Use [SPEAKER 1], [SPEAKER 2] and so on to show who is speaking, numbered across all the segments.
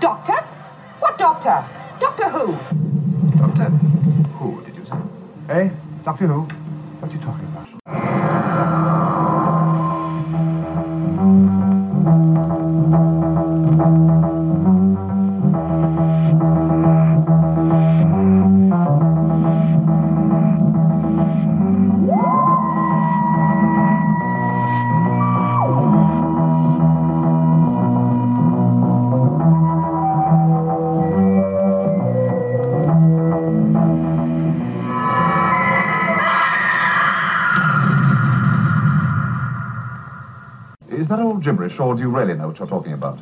[SPEAKER 1] Doctor? What doctor? Doctor who?
[SPEAKER 2] Doctor Who, did you say?
[SPEAKER 3] Hey, Doctor Who? What are you talking about?
[SPEAKER 2] Is that all gibberish, or do you really know what you're talking about?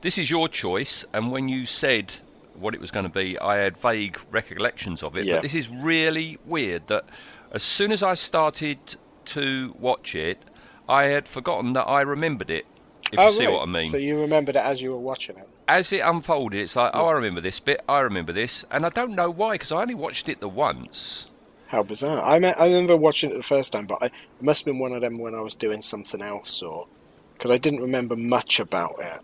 [SPEAKER 4] This is your choice, and when you said what it was going to be, I had vague recollections of it.
[SPEAKER 5] Yeah.
[SPEAKER 4] But this is really weird that as soon as I started to watch it, I had forgotten that I remembered it. If
[SPEAKER 5] oh,
[SPEAKER 4] you see
[SPEAKER 5] right.
[SPEAKER 4] what I mean.
[SPEAKER 5] So you remembered it as you were watching it.
[SPEAKER 4] As it unfolded, it's like, oh, I remember this bit, I remember this, and I don't know why because I only watched it the once.
[SPEAKER 5] How bizarre! I me- I remember watching it the first time, but I, it must have been one of them when I was doing something else, or because I didn't remember much about it,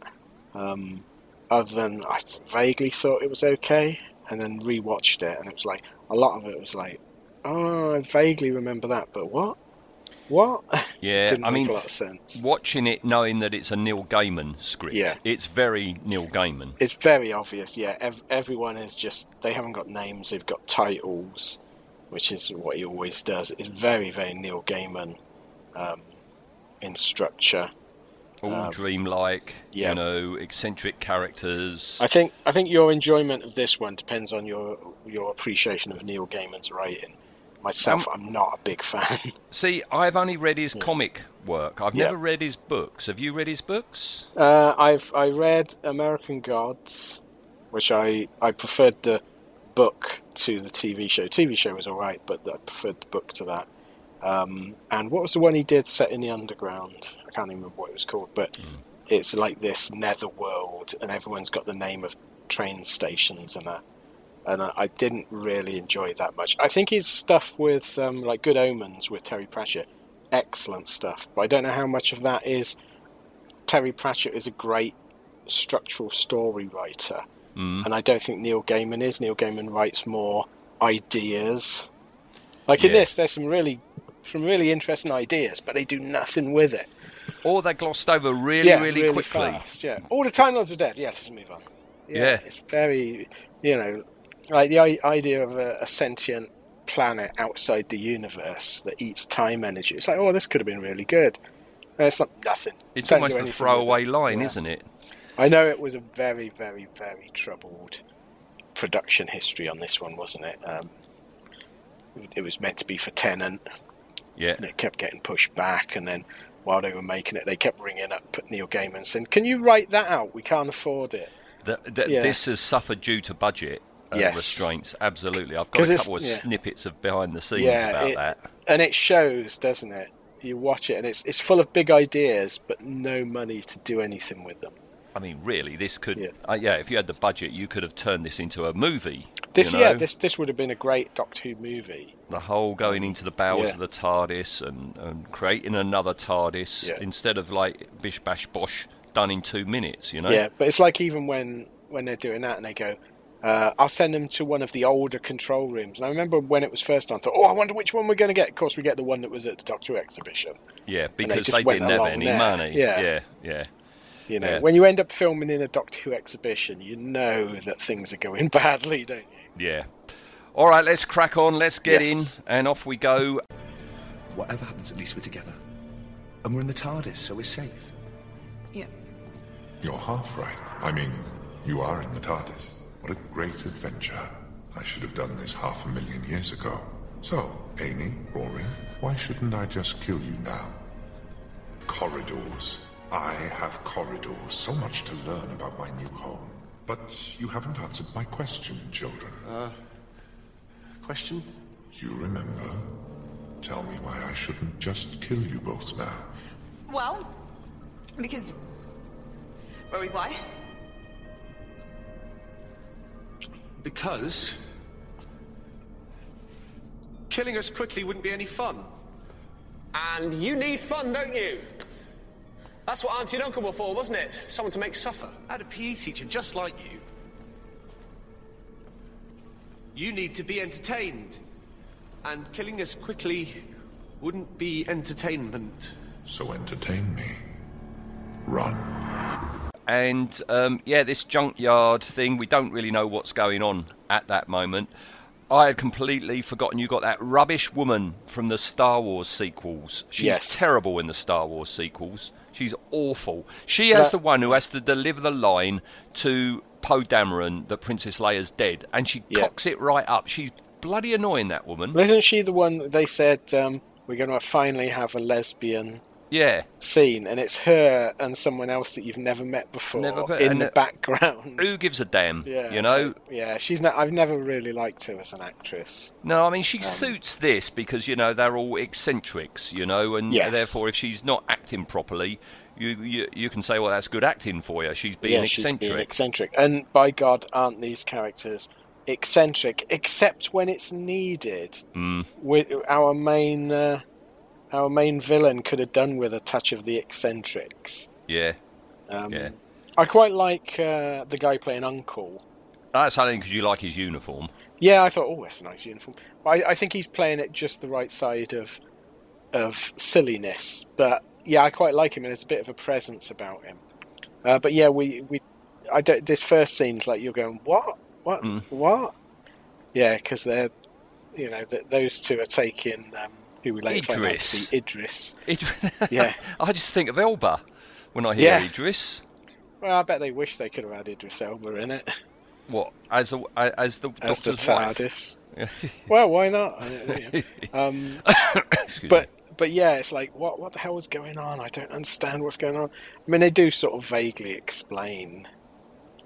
[SPEAKER 5] um, other than I th- vaguely thought it was okay, and then rewatched it, and it was like a lot of it was like, oh, I vaguely remember that, but what? What?
[SPEAKER 4] Yeah,
[SPEAKER 5] didn't
[SPEAKER 4] I
[SPEAKER 5] make
[SPEAKER 4] mean,
[SPEAKER 5] a lot of sense.
[SPEAKER 4] watching it knowing that it's a Neil Gaiman script,
[SPEAKER 5] Yeah.
[SPEAKER 4] it's very Neil Gaiman.
[SPEAKER 5] It's very obvious, yeah. Ev- everyone is just, they haven't got names, they've got titles, which is what he always does. It's very, very Neil Gaiman um, in structure.
[SPEAKER 4] All
[SPEAKER 5] Um,
[SPEAKER 4] dreamlike,
[SPEAKER 5] yeah.
[SPEAKER 4] you know, eccentric characters.
[SPEAKER 5] I think I think your enjoyment of this one depends on your your appreciation of Neil Gaiman's writing. Myself, I'm not a big fan.
[SPEAKER 4] See, I've only read his comic work. I've
[SPEAKER 5] Yeah.
[SPEAKER 4] never read his books. Have you read his books?
[SPEAKER 5] Uh, I've I read American Gods, which I I preferred the book to the TV show. TV show was all right, but I preferred the book to that. Um, and what was the one he did set in the underground? I can't even remember what it was called, but it's like this netherworld, and everyone's got the name of train stations and that. And I, I didn't really enjoy that much. I think his stuff with um, like Good Omens with Terry Pratchett, excellent stuff. But I don't know how much of that is Terry Pratchett is a great structural story writer,
[SPEAKER 4] Mm.
[SPEAKER 5] and I don't think Neil Gaiman is. Neil Gaiman writes more ideas. Like in
[SPEAKER 4] Yeah.
[SPEAKER 5] this, there's some really, some really interesting ideas, but they do nothing with it.
[SPEAKER 4] Or they glossed over really,
[SPEAKER 5] yeah,
[SPEAKER 4] really, quickly.
[SPEAKER 5] fast. Yeah, all the Time Lords are dead. Yes, let's move on.
[SPEAKER 4] Yeah.
[SPEAKER 5] it's very, you know, like the I- idea of a, a sentient planet outside the universe that eats time energy. It's like, oh, this could have been really good. And it's like nothing.
[SPEAKER 4] It's
[SPEAKER 5] Don't do
[SPEAKER 4] almost a
[SPEAKER 5] anything with it.
[SPEAKER 4] throwaway line,
[SPEAKER 5] Yeah.
[SPEAKER 4] isn't it?
[SPEAKER 5] I know it was a very, very, very troubled production history on this one, wasn't it? Um, it was meant to be for Tenant,
[SPEAKER 4] Yeah.
[SPEAKER 5] and it kept getting pushed back. And then while they were making it, they kept ringing up Neil Gaiman saying, "Can you write that out? We can't afford it."
[SPEAKER 4] Th- th-
[SPEAKER 5] Yeah.
[SPEAKER 4] This has suffered due to budget uh,
[SPEAKER 5] Yes.
[SPEAKER 4] restraints. Absolutely. I've got
[SPEAKER 5] 'Cause
[SPEAKER 4] a
[SPEAKER 5] it's-
[SPEAKER 4] couple of
[SPEAKER 5] yeah.
[SPEAKER 4] snippets of behind the scenes
[SPEAKER 5] Yeah,
[SPEAKER 4] about
[SPEAKER 5] it-
[SPEAKER 4] that.
[SPEAKER 5] And it shows, doesn't it? You watch it, and it's it's full of big ideas, but no money to do anything with them.
[SPEAKER 4] I mean, really, this could.
[SPEAKER 5] Yeah.
[SPEAKER 4] Yeah. Uh, yeah, if you had the budget, you could have turned this into a movie.
[SPEAKER 5] This
[SPEAKER 4] you
[SPEAKER 5] yeah,
[SPEAKER 4] know?
[SPEAKER 5] this this would have been a great Doctor Who movie.
[SPEAKER 4] the whole going into the bowels
[SPEAKER 5] Yeah.
[SPEAKER 4] of the TARDIS and, and creating another TARDIS
[SPEAKER 5] Yeah.
[SPEAKER 4] instead of like bish bash bosh done in two minutes, you know?
[SPEAKER 5] Yeah, but it's like even when when they're doing that and they go, uh, I'll send them to one of the older control rooms. And I remember when it was first on, I thought, oh, I wonder which one we're going to get. Of course, we get the one that was at the Doctor Who exhibition.
[SPEAKER 4] Yeah, because
[SPEAKER 5] just
[SPEAKER 4] they,
[SPEAKER 5] went
[SPEAKER 4] didn't have
[SPEAKER 5] along
[SPEAKER 4] any
[SPEAKER 5] there.
[SPEAKER 4] money.
[SPEAKER 5] Yeah.
[SPEAKER 4] yeah, yeah.
[SPEAKER 5] You know,
[SPEAKER 4] Yeah.
[SPEAKER 5] when you end up filming in a Doctor Who exhibition, you know that things are going badly, don't you?
[SPEAKER 4] yeah. All right, let's crack on. Let's get
[SPEAKER 5] Yes.
[SPEAKER 4] in and off we go.
[SPEAKER 6] Whatever happens, at least we're together. And we're in the TARDIS, so we're safe.
[SPEAKER 7] Yeah.
[SPEAKER 8] You're half right. I mean, you are in the TARDIS. What a great adventure. I should have done this half a million years ago. So, Amy, Rory, why shouldn't I just kill you now? Corridors. I have corridors. So much to learn about my new home. But you haven't answered my question, children.
[SPEAKER 6] Question?
[SPEAKER 8] You remember? Tell me why I shouldn't just kill you both now.
[SPEAKER 7] Well, because. Rory, why?
[SPEAKER 6] Because. Killing us quickly wouldn't be any fun.
[SPEAKER 9] And you need fun, don't you? That's what Auntie and Uncle were for, wasn't it? Someone to make suffer.
[SPEAKER 6] I had a
[SPEAKER 9] E
[SPEAKER 6] PE teacher just like you.
[SPEAKER 9] You need to be entertained. And killing us quickly wouldn't be entertainment.
[SPEAKER 8] So entertain me. Run.
[SPEAKER 4] and um, yeah, this junkyard thing, we don't really know what's going on at that moment. I had completely forgotten you got that rubbish woman from the Star Wars sequels. She's
[SPEAKER 5] Yes.
[SPEAKER 4] terrible in the Star Wars sequels. She's awful. She has
[SPEAKER 5] Yeah.
[SPEAKER 4] the one who has to deliver the line to Poe Dameron that Princess Leia's dead, and she
[SPEAKER 5] Yeah.
[SPEAKER 4] cocks it right up. She's bloody annoying, that woman.
[SPEAKER 5] Well, isn't she the one that they said um, we're going to finally have a lesbian
[SPEAKER 4] Yeah.
[SPEAKER 5] scene, and it's her and someone else that you've never met before
[SPEAKER 4] Never met-
[SPEAKER 5] in
[SPEAKER 4] and
[SPEAKER 5] the
[SPEAKER 4] it-
[SPEAKER 5] background.
[SPEAKER 4] Who gives a damn?
[SPEAKER 5] Yeah,
[SPEAKER 4] you know,
[SPEAKER 5] so- yeah, she's. Ne- I've never really liked her as an actress.
[SPEAKER 4] No, I mean
[SPEAKER 5] Um,
[SPEAKER 4] she suits this because you know they're all eccentrics, you know, and
[SPEAKER 5] Yes.
[SPEAKER 4] therefore if she's not acting properly, you, you you can say, well, that's good acting for you. She's being
[SPEAKER 5] yeah,
[SPEAKER 4] eccentric.
[SPEAKER 5] she's being eccentric, and by God, aren't these characters eccentric? Except when it's needed.
[SPEAKER 4] Mm.
[SPEAKER 5] We- our main, uh, our main villain could have done with a touch of the eccentrics.
[SPEAKER 4] yeah,
[SPEAKER 5] Um,
[SPEAKER 4] Yeah.
[SPEAKER 5] I quite like uh, the guy playing Uncle.
[SPEAKER 4] that's only because you like his uniform.
[SPEAKER 5] Yeah, I thought, oh, that's a nice uniform. I, I think he's playing it just the right side of of silliness. But yeah, I quite like him, and there's a bit of a presence about him. Uh, but yeah, we we I don't. This first scene's like you're going, what, what,
[SPEAKER 4] Mm.
[SPEAKER 5] what? Yeah, because they're you know th- those two are taking um, who we later find out
[SPEAKER 4] Idris.
[SPEAKER 5] to be Idris.
[SPEAKER 4] Id-
[SPEAKER 5] Yeah.
[SPEAKER 4] I just think of Elba when I hear
[SPEAKER 5] Yeah.
[SPEAKER 4] Idris.
[SPEAKER 5] Well, I bet they wish they could have had Idris Elba in it
[SPEAKER 4] What as the as the
[SPEAKER 5] as the
[SPEAKER 4] doctor's wife?
[SPEAKER 5] TARDIS. well, why not? Um,
[SPEAKER 4] Excuse me.
[SPEAKER 5] but but yeah, it's like what what the hell is going on? I don't understand what's going on. I mean, they do sort of vaguely explain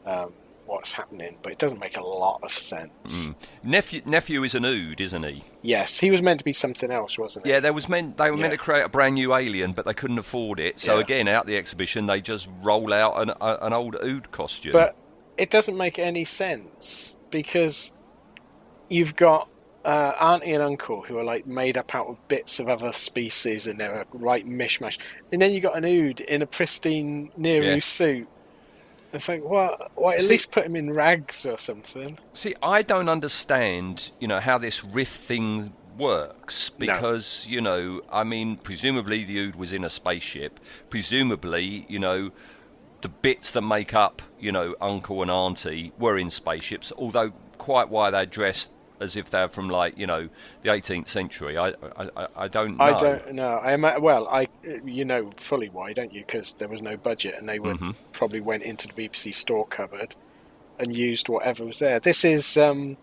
[SPEAKER 5] um, what's happening, but it doesn't make a lot of sense.
[SPEAKER 4] Mm. nephew nephew is an ood, isn't he?
[SPEAKER 5] Yes, he was meant to be something else, wasn't he?
[SPEAKER 4] Yeah, there was meant they were meant
[SPEAKER 5] Yeah.
[SPEAKER 4] to create a brand new alien, but they couldn't afford it. So
[SPEAKER 5] Yeah.
[SPEAKER 4] again, out the exhibition, they just roll out an uh, an old ood costume.
[SPEAKER 5] But it doesn't make any sense because you've got uh, auntie and uncle who are like made up out of bits of other species and they're a right mishmash. And then you got an ood in a pristine Nehru
[SPEAKER 4] Yeah.
[SPEAKER 5] suit. It's like, what? Why, at
[SPEAKER 4] See-
[SPEAKER 5] least put him in rags or something.
[SPEAKER 4] See, I don't understand, you know, how this rift thing works
[SPEAKER 5] No.
[SPEAKER 4] because, you know, I mean, presumably the Ood was in a spaceship. Presumably, you know, the bits that make up, you know, uncle and auntie were in spaceships, although quite why they're dressed as if they're from like, you know, the 18th century. I I, I, I don't know.
[SPEAKER 5] I don't know. I ima- well, I you know fully why, don't you? Because there was no budget, and they would probably went into the BBC store cupboard and used whatever was there. This is um,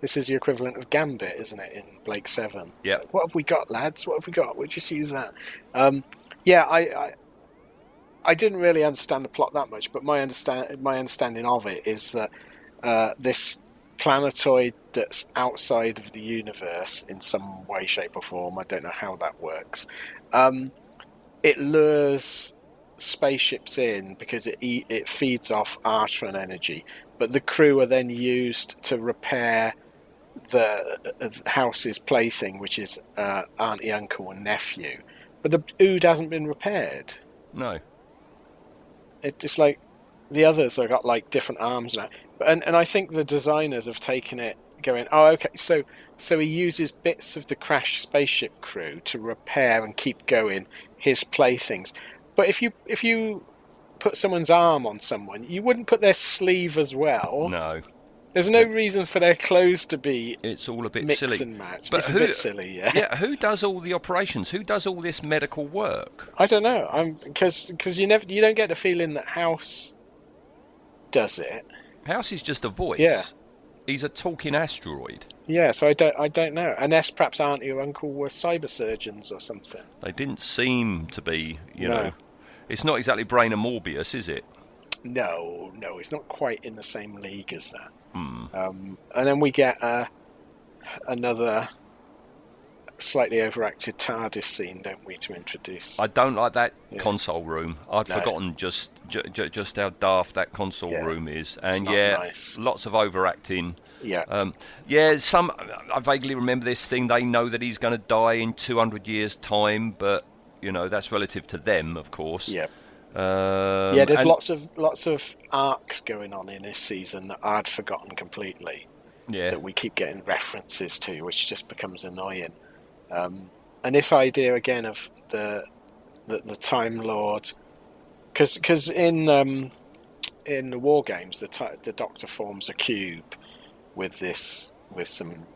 [SPEAKER 5] this is the equivalent of Gambit, isn't it? In Blake Seven. It's
[SPEAKER 4] Yeah.
[SPEAKER 5] like, what have we got, lads? What have we got? We'll just use that. Um, yeah, I, I I didn't really understand the plot that much, but my understand my understanding of it is that uh, this planetoid that's outside of the universe in some way, shape, or form. I don't know how that works. Um, it lures spaceships in because it e- it feeds off Artron energy, but the crew are then used to repair the uh, house's plaything, which is uh, auntie, uncle, and nephew. But the ood hasn't been repaired
[SPEAKER 4] No.
[SPEAKER 5] it, it's like the others have got like different arms now. But- And and I think the designers have taken it, going, oh, okay, so so he uses bits of the crashed spaceship crew to repair and keep going his playthings. But if you if you put someone's arm on someone, you wouldn't put their sleeve as well.
[SPEAKER 4] No.
[SPEAKER 5] There's no reason for their clothes to be
[SPEAKER 4] It's all a bit
[SPEAKER 5] mix
[SPEAKER 4] silly.
[SPEAKER 5] and match.
[SPEAKER 4] But
[SPEAKER 5] it's
[SPEAKER 4] who
[SPEAKER 5] a bit silly, yeah.
[SPEAKER 4] yeah, who does all the operations? Who does all this medical work?
[SPEAKER 5] I don't know. I'm because you never you don't get the feeling that House does it.
[SPEAKER 4] House is just a voice.
[SPEAKER 5] Yeah.
[SPEAKER 4] He's a talking asteroid.
[SPEAKER 5] Yeah, so I don't, I don't know. Unless perhaps auntie or uncle were cyber surgeons or something.
[SPEAKER 4] They didn't seem to be, you
[SPEAKER 5] No.
[SPEAKER 4] know. It's not exactly Brain and Morbius, is it?
[SPEAKER 5] No, no, it's not quite in the same league as that. Um, and then we get uh, another slightly overacted TARDIS scene, don't we, to introduce?
[SPEAKER 4] I don't like that
[SPEAKER 5] Yeah.
[SPEAKER 4] console room. I'd
[SPEAKER 5] No.
[SPEAKER 4] forgotten just ju- ju- just how daft that console
[SPEAKER 5] Yeah.
[SPEAKER 4] room is, and
[SPEAKER 5] not
[SPEAKER 4] yeah,
[SPEAKER 5] nice.
[SPEAKER 4] lots of overacting.
[SPEAKER 5] yeah,
[SPEAKER 4] Um, yeah, some I vaguely remember this thing. They know that he's going to die in two hundred years' time, but you know that's relative to them, of course.
[SPEAKER 5] yeah.
[SPEAKER 4] Um,
[SPEAKER 5] yeah, there's
[SPEAKER 4] and-
[SPEAKER 5] lots of lots of arcs going on in this season that I'd forgotten completely.
[SPEAKER 4] Yeah,
[SPEAKER 5] that we keep getting references to, which just becomes annoying. Um, and this idea again of the the, the Time Lord, because in um, in the War Games, the ti- the Doctor forms a cube with this with some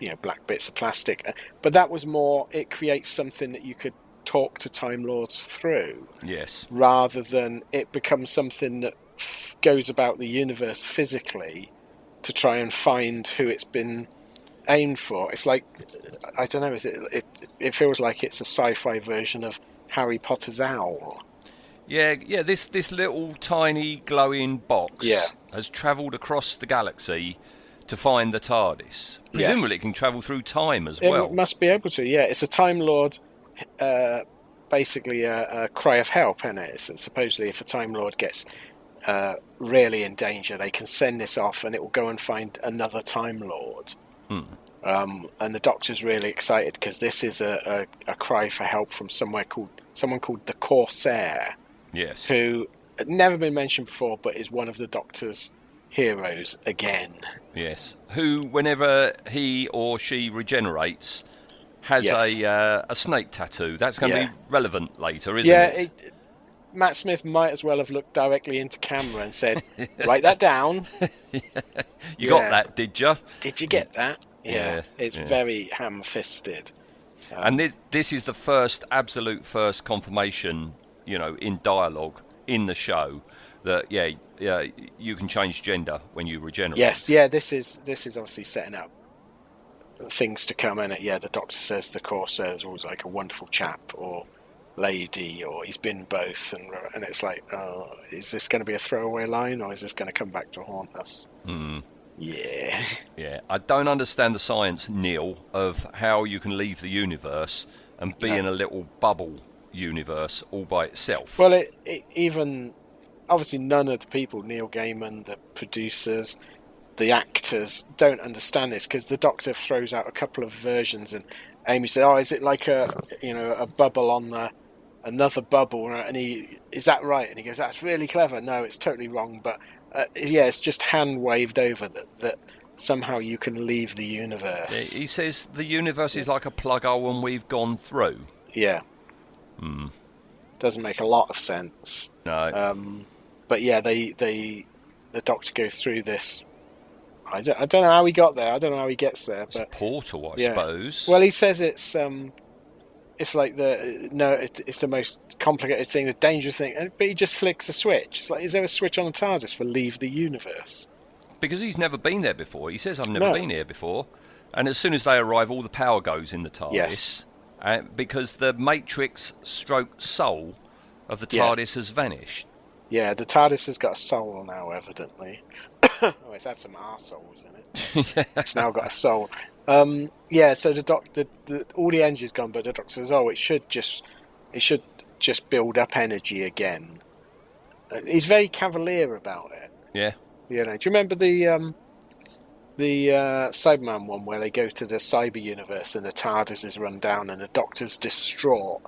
[SPEAKER 5] you know black bits of plastic, Uh, but that was more it creates something that you could talk to Time Lords through
[SPEAKER 4] yes,
[SPEAKER 5] rather than it becomes something that f- goes about the universe physically to try and find who it's been aimed for. It's like I don't know. Is it? It, it feels like it's a sci-fi version of Harry Potter's owl.
[SPEAKER 4] yeah, yeah. This this little tiny glowing box
[SPEAKER 5] Yeah.
[SPEAKER 4] has travelled across the galaxy to find the TARDIS.
[SPEAKER 5] Yes.
[SPEAKER 4] Presumably, it can travel through time as
[SPEAKER 5] It
[SPEAKER 4] well.
[SPEAKER 5] must be able to. Yeah, it's a Time Lord. Uh, basically, a, a cry of help, and it? It's that supposedly if a Time Lord gets uh, really in danger, they can send this off, and it will go and find another Time Lord. Um, and the Doctor's really excited because this is a, a, a cry for help from somewhere called someone called the Corsair,
[SPEAKER 4] Yes,
[SPEAKER 5] who had never been mentioned before, but is one of the Doctor's heroes again.
[SPEAKER 4] yes. Who, whenever he or she regenerates, has
[SPEAKER 5] Yes.
[SPEAKER 4] a uh, a snake tattoo. That's going to
[SPEAKER 5] Yeah.
[SPEAKER 4] be relevant later, isn't
[SPEAKER 5] Yeah,
[SPEAKER 4] it?
[SPEAKER 5] it, Matt Smith might as well have looked directly into camera and said, "Write that down."
[SPEAKER 4] you
[SPEAKER 5] yeah.
[SPEAKER 4] got that, did you?
[SPEAKER 5] Did you get that? Yeah,
[SPEAKER 4] Yeah,
[SPEAKER 5] it's
[SPEAKER 4] yeah.
[SPEAKER 5] very ham-fisted.
[SPEAKER 4] And this, this is the first, absolute first confirmation, you know, in dialogue in the show that yeah, yeah, you can change gender when you regenerate.
[SPEAKER 5] Yes, yeah. This is this is obviously setting up things to come in it. Yeah, the Doctor says the Corsair is always like a wonderful chap or lady, or he's been both, and and it's like, oh, is this going to be a throwaway line, or is this going to come back to haunt us? Yeah,
[SPEAKER 4] Yeah, I don't understand the science, Neil, of how you can leave the universe and be in a little bubble universe all by itself.
[SPEAKER 5] Well, it, it even obviously none of the people, Neil Gaiman, the producers, the actors, don't understand this because the Doctor throws out a couple of versions, and Amy said, "Oh, is it like a you know a bubble on the another bubble?" And he is that right? And he goes, "That's really clever." No, it's totally wrong, but uh, yeah, it's just hand waved over that that somehow you can leave the universe.
[SPEAKER 4] he says the universe is like a plug hole and we've gone through.
[SPEAKER 5] Yeah. Doesn't make a lot of sense.
[SPEAKER 4] No.
[SPEAKER 5] Um, but yeah, they they the Doctor goes through this. I don't, I don't know how he got there. I don't know how he gets there,
[SPEAKER 4] it's a
[SPEAKER 5] but
[SPEAKER 4] portal, I
[SPEAKER 5] yeah.
[SPEAKER 4] suppose.
[SPEAKER 5] well, he says it's um, it's like the no, it, it's the most complicated thing, the dangerous thing. and- But he just flicks a switch. It's like, is there a switch on the TARDIS for leave the universe?
[SPEAKER 4] because he's never been there before. He says, "I've never
[SPEAKER 5] No.
[SPEAKER 4] been here before," and as soon as they arrive, all the power goes in the TARDIS
[SPEAKER 5] Yes.
[SPEAKER 4] uh, because the matrix stroke soul of the
[SPEAKER 5] Yeah.
[SPEAKER 4] TARDIS has vanished.
[SPEAKER 5] Yeah, the TARDIS has got a soul now, evidently. oh, it's had some arseholes in it. It's now got a soul. Um, yeah, so the doc, the, the, all the energy's gone, but the doctor says, "Oh, it should just, it should just build up energy again." Uh, He's very cavalier about it.
[SPEAKER 4] Yeah,
[SPEAKER 5] You know, do you remember the um, the uh, Cyberman one where they go to the cyber universe and the TARDIS is run down and the Doctor's distraught.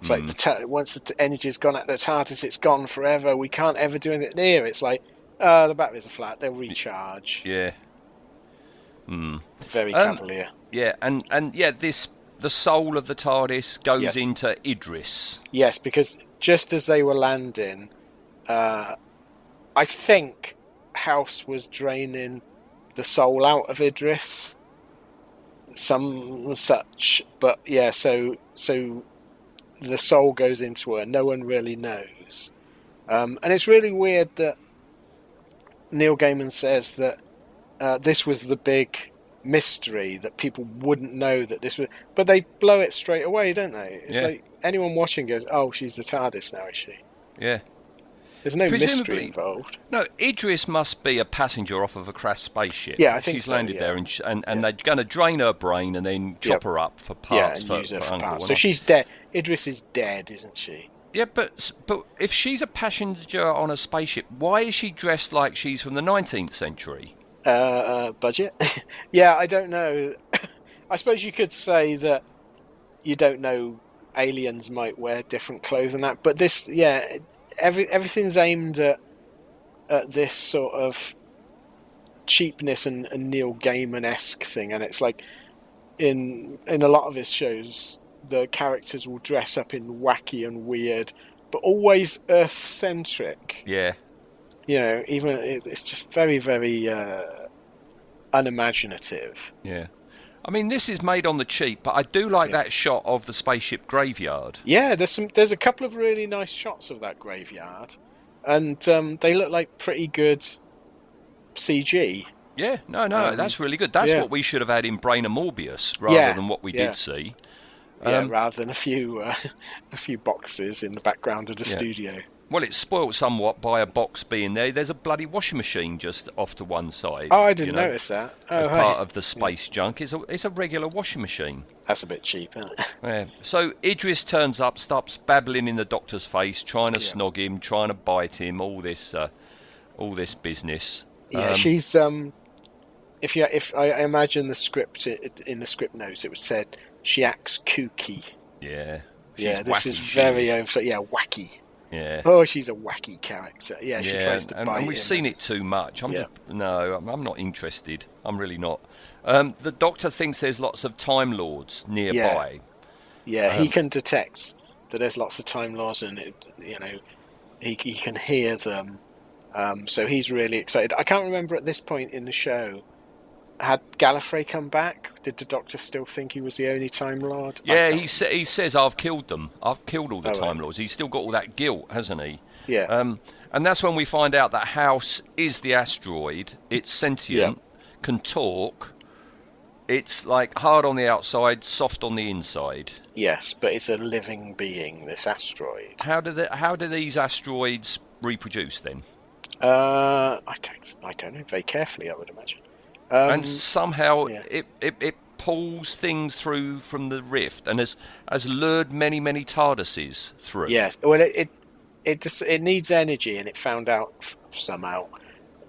[SPEAKER 5] It's like the ta- once the t- energy's gone out of the TARDIS, it's gone forever. We can't ever do anything near. It's like uh, the batteries are flat; they'll recharge.
[SPEAKER 4] yeah,
[SPEAKER 5] Very
[SPEAKER 4] Um,
[SPEAKER 5] cavalier.
[SPEAKER 4] yeah, and and yeah, this the soul of the TARDIS goes
[SPEAKER 5] Yes.
[SPEAKER 4] into Idris.
[SPEAKER 5] Yes, because just as they were landing, uh, I think House was draining the soul out of Idris. Some such, but yeah. So so the soul goes into her. No one really knows, um, and it's really weird that Neil Gaiman says that uh, this was the big mystery that people wouldn't know that this was, but they blow it straight away, don't they? It's
[SPEAKER 4] Yeah.
[SPEAKER 5] like anyone watching goes, "Oh, she's the TARDIS now, is she?"
[SPEAKER 4] Yeah,
[SPEAKER 5] There's no mystery
[SPEAKER 4] Presumably-
[SPEAKER 5] involved.
[SPEAKER 4] no, Idris must be a passenger off of a crashed spaceship.
[SPEAKER 5] Yeah, I think
[SPEAKER 4] she's
[SPEAKER 5] so,
[SPEAKER 4] landed
[SPEAKER 5] yeah.
[SPEAKER 4] there, and sh- and, and they're going to drain her brain and then chop her up for
[SPEAKER 5] yeah,
[SPEAKER 4] parts
[SPEAKER 5] and
[SPEAKER 4] for,
[SPEAKER 5] use her
[SPEAKER 4] for
[SPEAKER 5] for
[SPEAKER 4] Uncle
[SPEAKER 5] parts.
[SPEAKER 4] and
[SPEAKER 5] So
[SPEAKER 4] all.
[SPEAKER 5] she's dead. Idris is dead, isn't she?
[SPEAKER 4] Yeah, but but if she's a passenger on a spaceship, why is she dressed like she's from the 19th century?
[SPEAKER 5] Uh, uh, budget? yeah, I don't know. I suppose you could say that you don't know aliens might wear different clothes and that. But this, yeah, every everything's aimed at at this sort of cheapness and, and Neil Gaiman esque thing, and it's like in in a lot of his shows, the characters will dress up in wacky and weird, but always Earth centric.
[SPEAKER 4] Yeah.
[SPEAKER 5] You know, even it, it's just very very uh, unimaginative.
[SPEAKER 4] Yeah. I mean, this is made on the cheap, but I do like
[SPEAKER 5] Yeah.
[SPEAKER 4] that shot of the spaceship graveyard.
[SPEAKER 5] Yeah, there's some there's a couple of really nice shots of that graveyard, and um, they look like pretty good CG.
[SPEAKER 4] Yeah, no, no,
[SPEAKER 5] Um,
[SPEAKER 4] that's really good. That's
[SPEAKER 5] yeah.
[SPEAKER 4] what we should have had in Brain and Morbius rather
[SPEAKER 5] Yeah,
[SPEAKER 4] than what we
[SPEAKER 5] yeah.
[SPEAKER 4] did see.
[SPEAKER 5] yeah,
[SPEAKER 4] Um,
[SPEAKER 5] rather than a few uh, a few boxes in the background of the
[SPEAKER 4] Yeah.
[SPEAKER 5] studio.
[SPEAKER 4] Well, it's spoilt somewhat by a box being there. There's a bloody washing machine just off to one side.
[SPEAKER 5] Oh, I didn't
[SPEAKER 4] you know,
[SPEAKER 5] notice that.
[SPEAKER 4] As
[SPEAKER 5] Oh, hey.
[SPEAKER 4] part of the space junk, it's a, it's a regular washing machine.
[SPEAKER 5] that's a bit cheap. Isn't it?
[SPEAKER 4] Yeah. So Idris turns up, stops babbling in the doctor's face, trying to snog him, trying to bite him, all this, uh, all this business.
[SPEAKER 5] Yeah,
[SPEAKER 4] Um,
[SPEAKER 5] she's um, if you if I I imagine the script it, in the script notes it would said she acts kooky.
[SPEAKER 4] yeah, she's
[SPEAKER 5] yeah, this is
[SPEAKER 4] wacky, she
[SPEAKER 5] very
[SPEAKER 4] is.
[SPEAKER 5] over. Yeah, wacky.
[SPEAKER 4] yeah.
[SPEAKER 5] Oh, she's a wacky character. Yeah, she tries to
[SPEAKER 4] and,
[SPEAKER 5] bite
[SPEAKER 4] and we've
[SPEAKER 5] him.
[SPEAKER 4] seen it too much. I'm
[SPEAKER 5] Yeah.
[SPEAKER 4] just, no, I'm, I'm not interested. I'm really not. Um, the doctor thinks there's lots of time lords nearby.
[SPEAKER 5] Yeah, he can detect that there's lots of time loss, and it, you know, he he can hear them. Um, so he's really excited. I can't remember at this point in the show. Had Gallifrey come back? Did the Doctor still think he was the only Time Lord? I
[SPEAKER 4] Yeah,
[SPEAKER 5] can't-
[SPEAKER 4] he sa- he says I've killed them. I've killed all the
[SPEAKER 5] Oh, right.
[SPEAKER 4] Time Lords. He's still got all that guilt, hasn't he?
[SPEAKER 5] Yeah.
[SPEAKER 4] Um, and that's when we find out that House is the asteroid. It's sentient, can talk. It's like hard on the outside, soft on the inside.
[SPEAKER 5] Yes, but it's a living being. This asteroid.
[SPEAKER 4] How do the, how do these asteroids reproduce then?
[SPEAKER 5] Uh, I don't. I don't know. Very carefully, I would imagine. Um,
[SPEAKER 4] and somehow
[SPEAKER 5] yeah.
[SPEAKER 4] it, it it pulls things through from the rift and has has lured many many TARDISes through.
[SPEAKER 5] Yes. Well, it it it, just, it needs energy, and it found out f- somehow,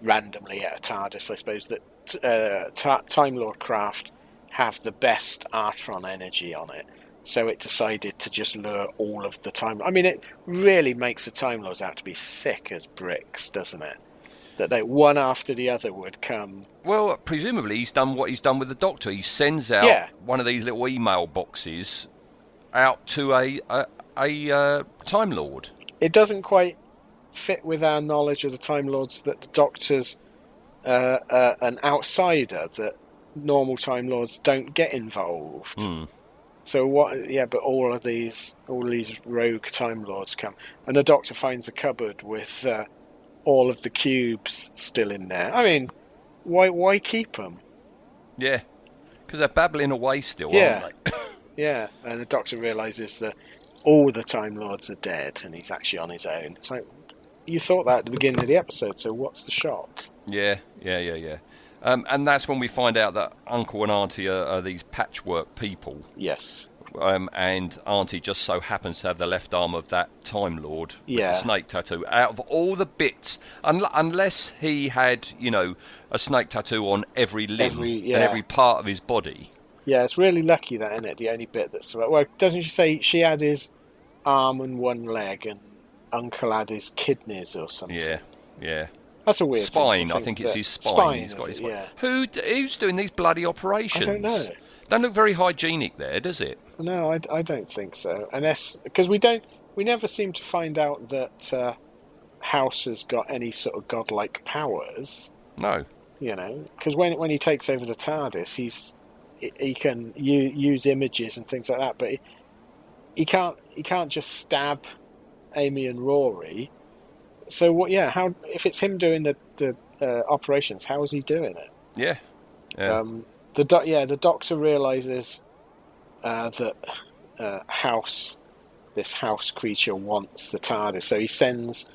[SPEAKER 5] randomly at a TARDIS, I suppose, that uh, ta- Time Lord craft have the best Artron energy on it. So it decided to just lure all of the Time. I mean, it really makes the Time Lords out to be thick as bricks, doesn't it? That they one after the other would come.
[SPEAKER 4] Well, presumably he's done what he's done with the Doctor. He sends out
[SPEAKER 5] Yeah.
[SPEAKER 4] one of these little email boxes out to a a, a uh, Time Lord.
[SPEAKER 5] It doesn't quite fit with our knowledge of the Time Lords that the Doctor's uh, uh, an outsider that normal Time Lords don't get involved. So what? Yeah, but all of these, all these rogue Time Lords come, and the Doctor finds a cupboard with uh, all of the cubes still in there. I mean, why why keep them?
[SPEAKER 4] Yeah, because they're babbling away still,
[SPEAKER 5] Yeah.
[SPEAKER 4] aren't they?
[SPEAKER 5] Yeah, and the Doctor realizes that all the Time Lords are dead, and he's actually on his own. It's like you thought that at the beginning of the episode. So what's the shock?
[SPEAKER 4] yeah, yeah, yeah, yeah. Um, and that's when we find out that Uncle and Auntie are, are these patchwork people.
[SPEAKER 5] Yes.
[SPEAKER 4] um, and Auntie just so happens to have the left arm of that Time Lord with
[SPEAKER 5] Yeah.
[SPEAKER 4] the snake tattoo. Out of all the bits, un- unless he had, you know, a snake tattoo on every limb
[SPEAKER 5] Every- yeah.
[SPEAKER 4] and every part of his body.
[SPEAKER 5] Yeah, it's really lucky that in it the only bit that's well, doesn't she say she had his arm and one leg, and Uncle had his kidneys or something.
[SPEAKER 4] Yeah, yeah.
[SPEAKER 5] that's a weird thing to
[SPEAKER 4] spine, I think it's
[SPEAKER 5] that-
[SPEAKER 4] his spine. He's
[SPEAKER 5] is
[SPEAKER 4] got his
[SPEAKER 5] it?
[SPEAKER 4] spine.
[SPEAKER 5] Yeah,
[SPEAKER 4] Who d- who's doing these bloody operations?
[SPEAKER 5] know.
[SPEAKER 4] Don't look very hygienic there, does it?
[SPEAKER 5] no, I, I don't think so. Unless because we don't, we never seem to find out that uh, House has got any sort of godlike powers.
[SPEAKER 4] No.
[SPEAKER 5] You know, because when when he takes over the TARDIS, he's he- he can u- use images and things like that, but he, he can't he can't just stab Amy and Rory. So what? Yeah, how if it's him doing the the uh, operations, how is he doing it?
[SPEAKER 4] Yeah. Yeah.
[SPEAKER 5] Um, the doc- yeah, the doctor realizes uh, that uh, house this house creature wants the TARDIS, so he sends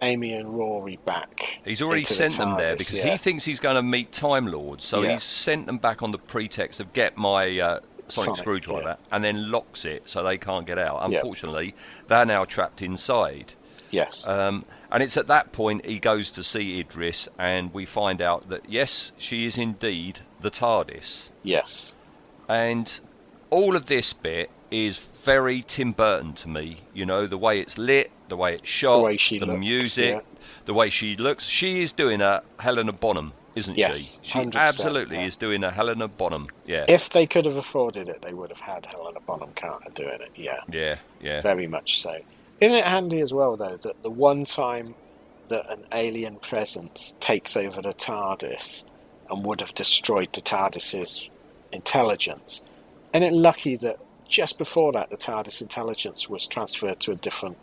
[SPEAKER 5] Amy and Rory back.
[SPEAKER 4] He's already
[SPEAKER 5] into the
[SPEAKER 4] sent them there
[SPEAKER 5] TARDIS,
[SPEAKER 4] because
[SPEAKER 5] yeah.
[SPEAKER 4] he thinks he's going to meet Time Lords, so
[SPEAKER 5] Yeah.
[SPEAKER 4] he's sent them back on the pretext of get my uh, sonic,
[SPEAKER 5] Sonic,
[SPEAKER 4] screwdriver, and then locks it so they can't get out.
[SPEAKER 5] Yeah.
[SPEAKER 4] Unfortunately, they're now trapped inside.
[SPEAKER 5] yes,
[SPEAKER 4] Um, and it's at that point he goes to see Idris, and we find out that yes, she is indeed the TARDIS,
[SPEAKER 5] yes,
[SPEAKER 4] and all of this bit is very Tim Burton to me. You know, the way it's lit, the way it's shot,
[SPEAKER 5] way she looks,
[SPEAKER 4] music,
[SPEAKER 5] yeah.
[SPEAKER 4] the way she looks. She is doing a Helena Bonham, isn't
[SPEAKER 5] Yes,
[SPEAKER 4] she? She
[SPEAKER 5] 100%,
[SPEAKER 4] absolutely
[SPEAKER 5] yeah.
[SPEAKER 4] is doing a Helena Bonham. Yeah.
[SPEAKER 5] If they could have afforded it, they would have had Helena Bonham Carter doing it. Yeah,
[SPEAKER 4] yeah, yeah.
[SPEAKER 5] very much so. Isn't it handy as well, though, that the one time that an alien presence takes over the TARDIS and would have destroyed the TARDIS's intelligence, isn't it lucky that just before that the TARDIS intelligence was transferred to a different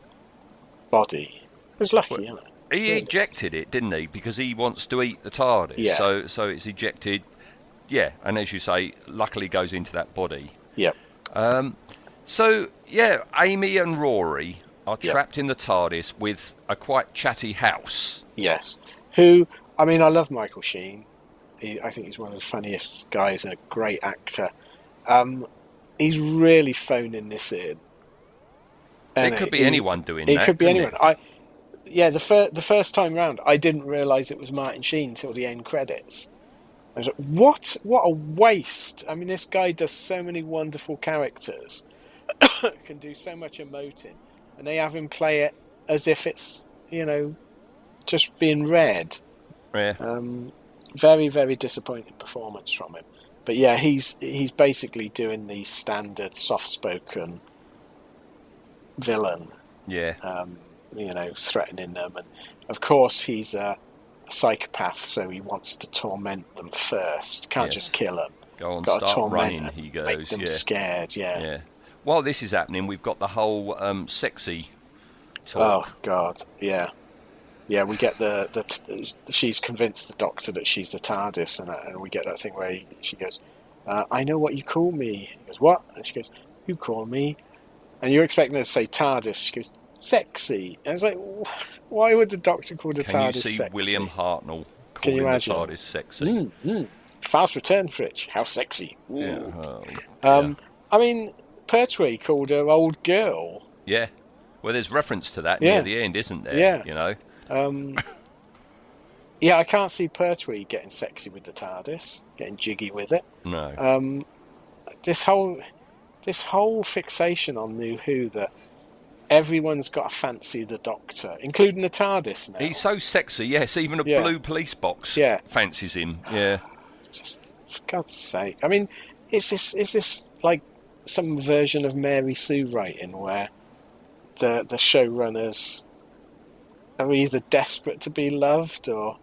[SPEAKER 5] body? It's lucky, isn't it?
[SPEAKER 4] He ejected it, didn't he? Because he wants to eat the TARDIS.
[SPEAKER 5] Yeah.
[SPEAKER 4] So so it's ejected. Yeah, and as you say, luckily goes into that body.
[SPEAKER 5] Yep.
[SPEAKER 4] So yeah, Amy and Rory are
[SPEAKER 5] Yeah.
[SPEAKER 4] trapped in the TARDIS with a quite chatty house.
[SPEAKER 5] Yes. Who, I mean, I love Michael Sheen. He, I think he's one of the funniest guys and a great actor. Um, he's really phoning this in.
[SPEAKER 4] it
[SPEAKER 5] And
[SPEAKER 4] could be
[SPEAKER 5] he's-
[SPEAKER 4] anyone doing
[SPEAKER 5] It
[SPEAKER 4] that.
[SPEAKER 5] could be
[SPEAKER 4] couldn't
[SPEAKER 5] anyone. I, yeah, the, fir- the first time round, I didn't realise it was Martin Sheen till the end credits. I was like, what? What a waste! I mean, this guy does so many wonderful characters, can do so much emoting, and they have him play it as if it's you know just being read.
[SPEAKER 4] Yeah.
[SPEAKER 5] Um, very, very disappointing performance from him. But yeah, he's he's basically doing the standard soft-spoken villain
[SPEAKER 4] Yeah.
[SPEAKER 5] um, you know, threatening them. And of course, he's a, a psychopath, so he wants to torment them first. Can't
[SPEAKER 4] Yes.
[SPEAKER 5] just kill them.
[SPEAKER 4] Go on,
[SPEAKER 5] Got to
[SPEAKER 4] start
[SPEAKER 5] torment
[SPEAKER 4] running,
[SPEAKER 5] them,
[SPEAKER 4] he
[SPEAKER 5] make
[SPEAKER 4] goes,
[SPEAKER 5] them
[SPEAKER 4] yeah.
[SPEAKER 5] scared. Yeah.
[SPEAKER 4] yeah. While this is happening, we've got the whole um, sexy talk.
[SPEAKER 5] Oh God. Yeah. Yeah. We get the the t- she's convinced the doctor that she's the TARDIS, and, uh, and we get that thing where he, she goes, uh, "I know what you call me." He goes, "What?" And she goes, "You call me." And you're expecting her to say TARDIS. She goes, "Sexy." And it's like, wh- why would the doctor call the
[SPEAKER 4] Can
[SPEAKER 5] TARDIS
[SPEAKER 4] you see
[SPEAKER 5] sexy?
[SPEAKER 4] William Hartnell
[SPEAKER 5] Can
[SPEAKER 4] calling
[SPEAKER 5] you
[SPEAKER 4] the
[SPEAKER 5] imagine?
[SPEAKER 4] TARDIS sexy?
[SPEAKER 5] Mm, mm. Fast return, Fritch. How sexy. Ooh.
[SPEAKER 4] Yeah. Oh,
[SPEAKER 5] Um, I mean, Pertwee called her old girl.
[SPEAKER 4] yeah. Well, there's reference to that
[SPEAKER 5] Yeah.
[SPEAKER 4] near the end, isn't there?
[SPEAKER 5] Yeah.
[SPEAKER 4] You know.
[SPEAKER 5] Um, yeah, I can't see Pertwee getting sexy with the TARDIS, getting jiggy with it.
[SPEAKER 4] No.
[SPEAKER 5] Um, this whole this whole fixation on New Who that everyone's got to fancy the Doctor, including the TARDIS now.
[SPEAKER 4] He's so sexy. Yes, even a
[SPEAKER 5] Yeah.
[SPEAKER 4] blue police box
[SPEAKER 5] Yeah.
[SPEAKER 4] fancies him. Yeah.
[SPEAKER 5] just for God's sake. I mean, is this is this like some version of Mary Sue writing where the the showrunners are either desperate to be loved or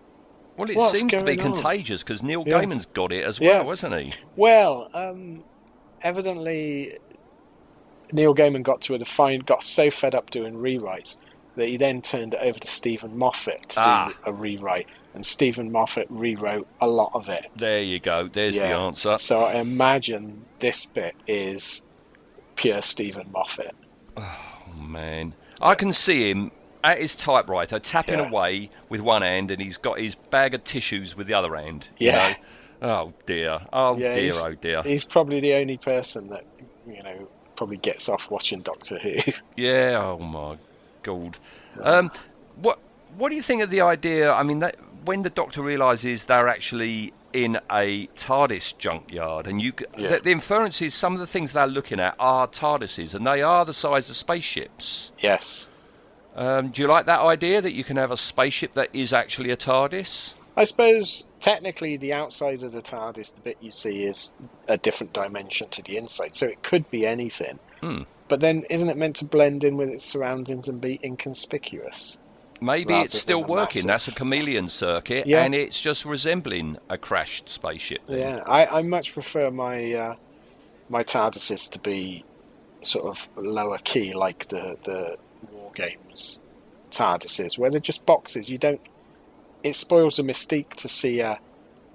[SPEAKER 4] Well, it
[SPEAKER 5] What's
[SPEAKER 4] seems to be
[SPEAKER 5] going on?
[SPEAKER 4] contagious because Neil
[SPEAKER 5] Yeah.
[SPEAKER 4] Gaiman's got it as
[SPEAKER 5] Yeah.
[SPEAKER 4] well, hasn't he?
[SPEAKER 5] well, um, evidently Neil Gaiman got to the fine got so fed up doing rewrites that he then turned it over to Stephen Moffat to
[SPEAKER 4] Ah.
[SPEAKER 5] do a rewrite, and Stephen Moffat rewrote a lot of it.
[SPEAKER 4] There you go. There's the
[SPEAKER 5] Yeah.
[SPEAKER 4] answer.
[SPEAKER 5] So I imagine this bit is pure Stephen Moffat.
[SPEAKER 4] Man, I can see him at his typewriter tapping
[SPEAKER 5] Yeah.
[SPEAKER 4] away with one hand, and he's got his bag of tissues with the other hand.
[SPEAKER 5] Yeah.
[SPEAKER 4] You know? Oh dear. Oh
[SPEAKER 5] Yeah,
[SPEAKER 4] dear.
[SPEAKER 5] he's-
[SPEAKER 4] Oh dear.
[SPEAKER 5] He's probably the only person that you know probably gets off watching Doctor Who.
[SPEAKER 4] Yeah. Oh my God. Um, what What do you think of the idea? I mean, that, when the Doctor realizes they're actually in a TARDIS junkyard, and you c
[SPEAKER 5] Yeah.
[SPEAKER 4] the, the inference is some of the things they're looking at are TARDISes, and they are the size of spaceships.
[SPEAKER 5] yes,
[SPEAKER 4] Um, do you like that idea that you can have a spaceship that is actually a TARDIS?
[SPEAKER 5] I suppose technically the outside of the TARDIS, the bit you see, is a different dimension to the inside, so it could be anything. But then, isn't it meant to blend in with its surroundings and be inconspicuous?
[SPEAKER 4] Maybe
[SPEAKER 5] Rather
[SPEAKER 4] it's still
[SPEAKER 5] than a
[SPEAKER 4] working. That's a
[SPEAKER 5] massive-
[SPEAKER 4] chameleon circuit,
[SPEAKER 5] Yeah.
[SPEAKER 4] and it's just resembling a crashed spaceship. Then.
[SPEAKER 5] Yeah, I, I much prefer my uh, my TARDISes to be sort of lower key, like the the war games TARDISes, where they're just boxes. You don't. It spoils the mystique to see a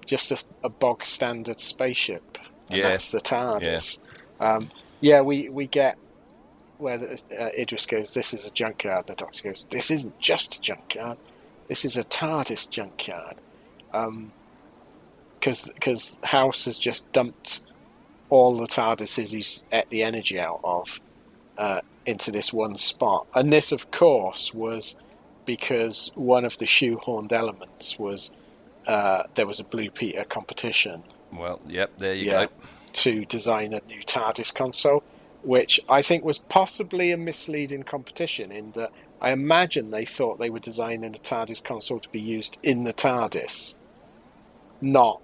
[SPEAKER 5] just a, a bog standard spaceship. And
[SPEAKER 4] Yeah.
[SPEAKER 5] that's the TARDIS. Um, yeah, we we get where the, uh, Idris goes. This is a junkyard. The Doctor goes. This isn't just a junkyard. This is a TARDIS junkyard because because House has just dumped all the TARDISes he's at the energy out of uh, into this one spot, and this, of course, was because one of the shoehorned elements was uh, there was a Blue Peter competition
[SPEAKER 4] Well, yep. There you
[SPEAKER 5] yeah,
[SPEAKER 4] go.
[SPEAKER 5] to design a new TARDIS console, which I think was possibly a misleading competition in that I imagine they thought they were designing the TARDIS console to be used in the TARDIS, not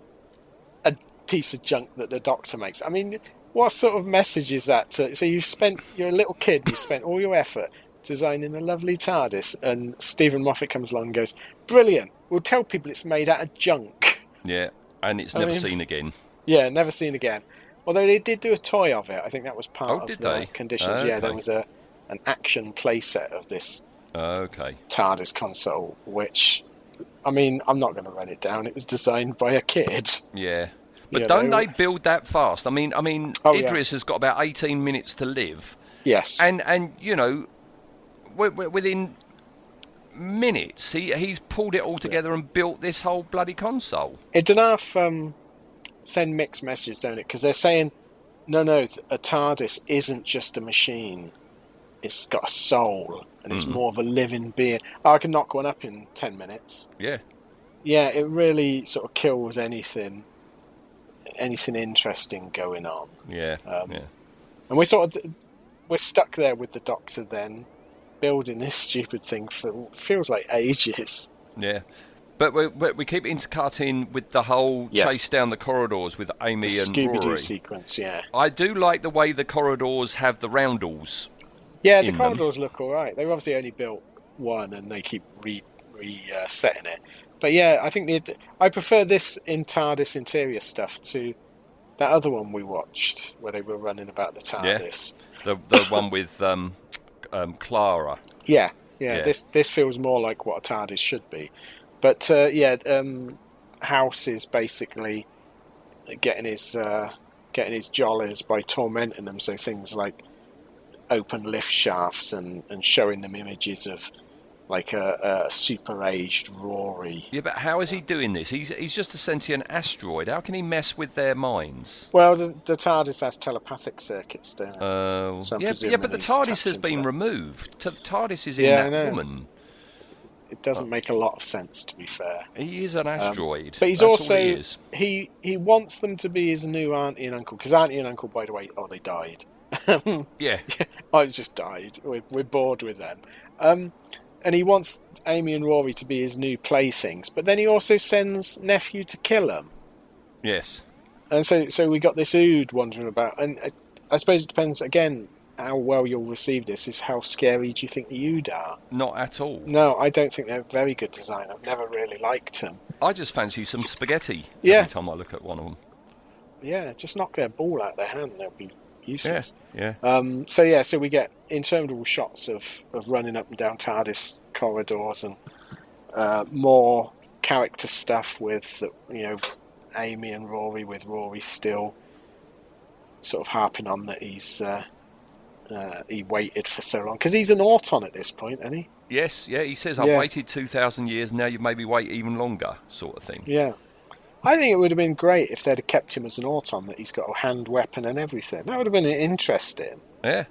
[SPEAKER 5] a piece of junk that the Doctor makes. I mean, what sort of message is that? To, so you've spent, you're a little kid, you spent all your effort designing a lovely TARDIS, and Stephen Moffat comes along and goes, "Brilliant! We'll tell people it's made out of junk."
[SPEAKER 4] Yeah, and it's
[SPEAKER 5] I
[SPEAKER 4] never
[SPEAKER 5] mean-
[SPEAKER 4] seen again.
[SPEAKER 5] Yeah, never seen again. Although they did do a toy of it. I think that was part
[SPEAKER 4] Oh,
[SPEAKER 5] of
[SPEAKER 4] did
[SPEAKER 5] the
[SPEAKER 4] they?
[SPEAKER 5] conditions.
[SPEAKER 4] Oh,
[SPEAKER 5] Yeah, there
[SPEAKER 4] okay.
[SPEAKER 5] was a an action playset of this
[SPEAKER 4] Okay.
[SPEAKER 5] TARDIS console, which I mean, I'm not going to run it down. It was designed by a kid.
[SPEAKER 4] Yeah. But
[SPEAKER 5] Yeah,
[SPEAKER 4] don't
[SPEAKER 5] they-
[SPEAKER 4] they build that fast? I mean, I mean,
[SPEAKER 5] Oh, yeah.
[SPEAKER 4] Idris has got about 18 minutes to live,
[SPEAKER 5] Yes.
[SPEAKER 4] and and you know, wi- wi- within minutes, he he's pulled it all together and built this whole bloody console.
[SPEAKER 5] it did have um, send mixed messages, don't it? Because they're saying, no, no, th- a TARDIS isn't just a machine. It's got a soul, and
[SPEAKER 4] Mm.
[SPEAKER 5] it's more of a living being. Oh, I can knock one up in ten minutes.
[SPEAKER 4] Yeah.
[SPEAKER 5] yeah, it really sort of kills anything, anything interesting going on,
[SPEAKER 4] Yeah.
[SPEAKER 5] Um,
[SPEAKER 4] yeah.
[SPEAKER 5] and we're sort of we're stuck there with the Doctor then building this stupid thing for what feels like ages.
[SPEAKER 4] Yeah. But we, but we keep intercutting with the whole
[SPEAKER 5] Yes.
[SPEAKER 4] chase down the corridors with Amy and
[SPEAKER 5] Scooby Doo
[SPEAKER 4] Rory.
[SPEAKER 5] sequence, yeah,
[SPEAKER 4] I do like the way the corridors have the roundels.
[SPEAKER 5] yeah. The
[SPEAKER 4] In them.
[SPEAKER 5] corridors look all right. They've obviously only built one, and they keep re resetting it. But yeah, I think the I prefer this in TARDIS interior stuff to that other one we watched where they were running about the
[SPEAKER 4] Yeah.
[SPEAKER 5] TARDIS.
[SPEAKER 4] The the one with um, um, Clara.
[SPEAKER 5] Yeah, yeah.
[SPEAKER 4] Yeah.
[SPEAKER 5] This this feels more like what a TARDIS should be, but uh, yeah, um, House is basically getting his uh, getting his jollies by tormenting them. So things like open lift shafts and, and showing them images of like a, a super aged Rory.
[SPEAKER 4] Yeah, but how is he doing this? He's he's just a sentient asteroid. How can he mess with their minds?
[SPEAKER 5] Well, the, the TARDIS has telepathic circuits, don't it?
[SPEAKER 4] Uh,
[SPEAKER 5] So I'm
[SPEAKER 4] yeah, but- yeah, but
[SPEAKER 5] presuming
[SPEAKER 4] the
[SPEAKER 5] he's
[SPEAKER 4] TARDIS
[SPEAKER 5] tapped
[SPEAKER 4] has
[SPEAKER 5] into
[SPEAKER 4] been
[SPEAKER 5] that.
[SPEAKER 4] removed. T- the TARDIS is
[SPEAKER 5] Yeah, I
[SPEAKER 4] in
[SPEAKER 5] know.
[SPEAKER 4] that woman.
[SPEAKER 5] it
[SPEAKER 4] uh,
[SPEAKER 5] doesn't make a lot of sense, to be fair.
[SPEAKER 4] He is an asteroid.
[SPEAKER 5] Um, But he's
[SPEAKER 4] That's
[SPEAKER 5] also
[SPEAKER 4] all he is.
[SPEAKER 5] he he wants them to be his new auntie and uncle because auntie and uncle, by the way, oh they died.
[SPEAKER 4] Yeah,
[SPEAKER 5] I just died. We're, we're bored with them. Um, and he wants Amy and Rory to be his new playthings, but then he also sends nephew to kill them.
[SPEAKER 4] yes,
[SPEAKER 5] And so, so we got this Ood wandering about, and I, I suppose it depends again how well you'll receive this. Is how scary do you think the Ood are?
[SPEAKER 4] not at all.
[SPEAKER 5] No, I don't think they're very good design. I've never really liked them.
[SPEAKER 4] I just fancy some spaghetti
[SPEAKER 5] Yeah.
[SPEAKER 4] every time I look at one of them.
[SPEAKER 5] Yeah, just knock their ball out of their hand; they'll be useless.
[SPEAKER 4] Yes, yeah.
[SPEAKER 5] Um, so yeah, so we get interminable shots of, of running up and down TARDIS corridors and uh, more character stuff with you know Amy and Rory with Rory still sort of harping on that he's uh, uh, he waited for so long because he's an Auton at this point, isn't he?
[SPEAKER 4] Yes, yeah. He says, "I've
[SPEAKER 5] Yeah.
[SPEAKER 4] waited two thousand years. Now you maybe wait even longer," sort of thing.
[SPEAKER 5] Yeah. I think it would have been great if they'd have kept him as an Auton that he's got a hand weapon and everything. That would have been interesting.
[SPEAKER 4] Yeah,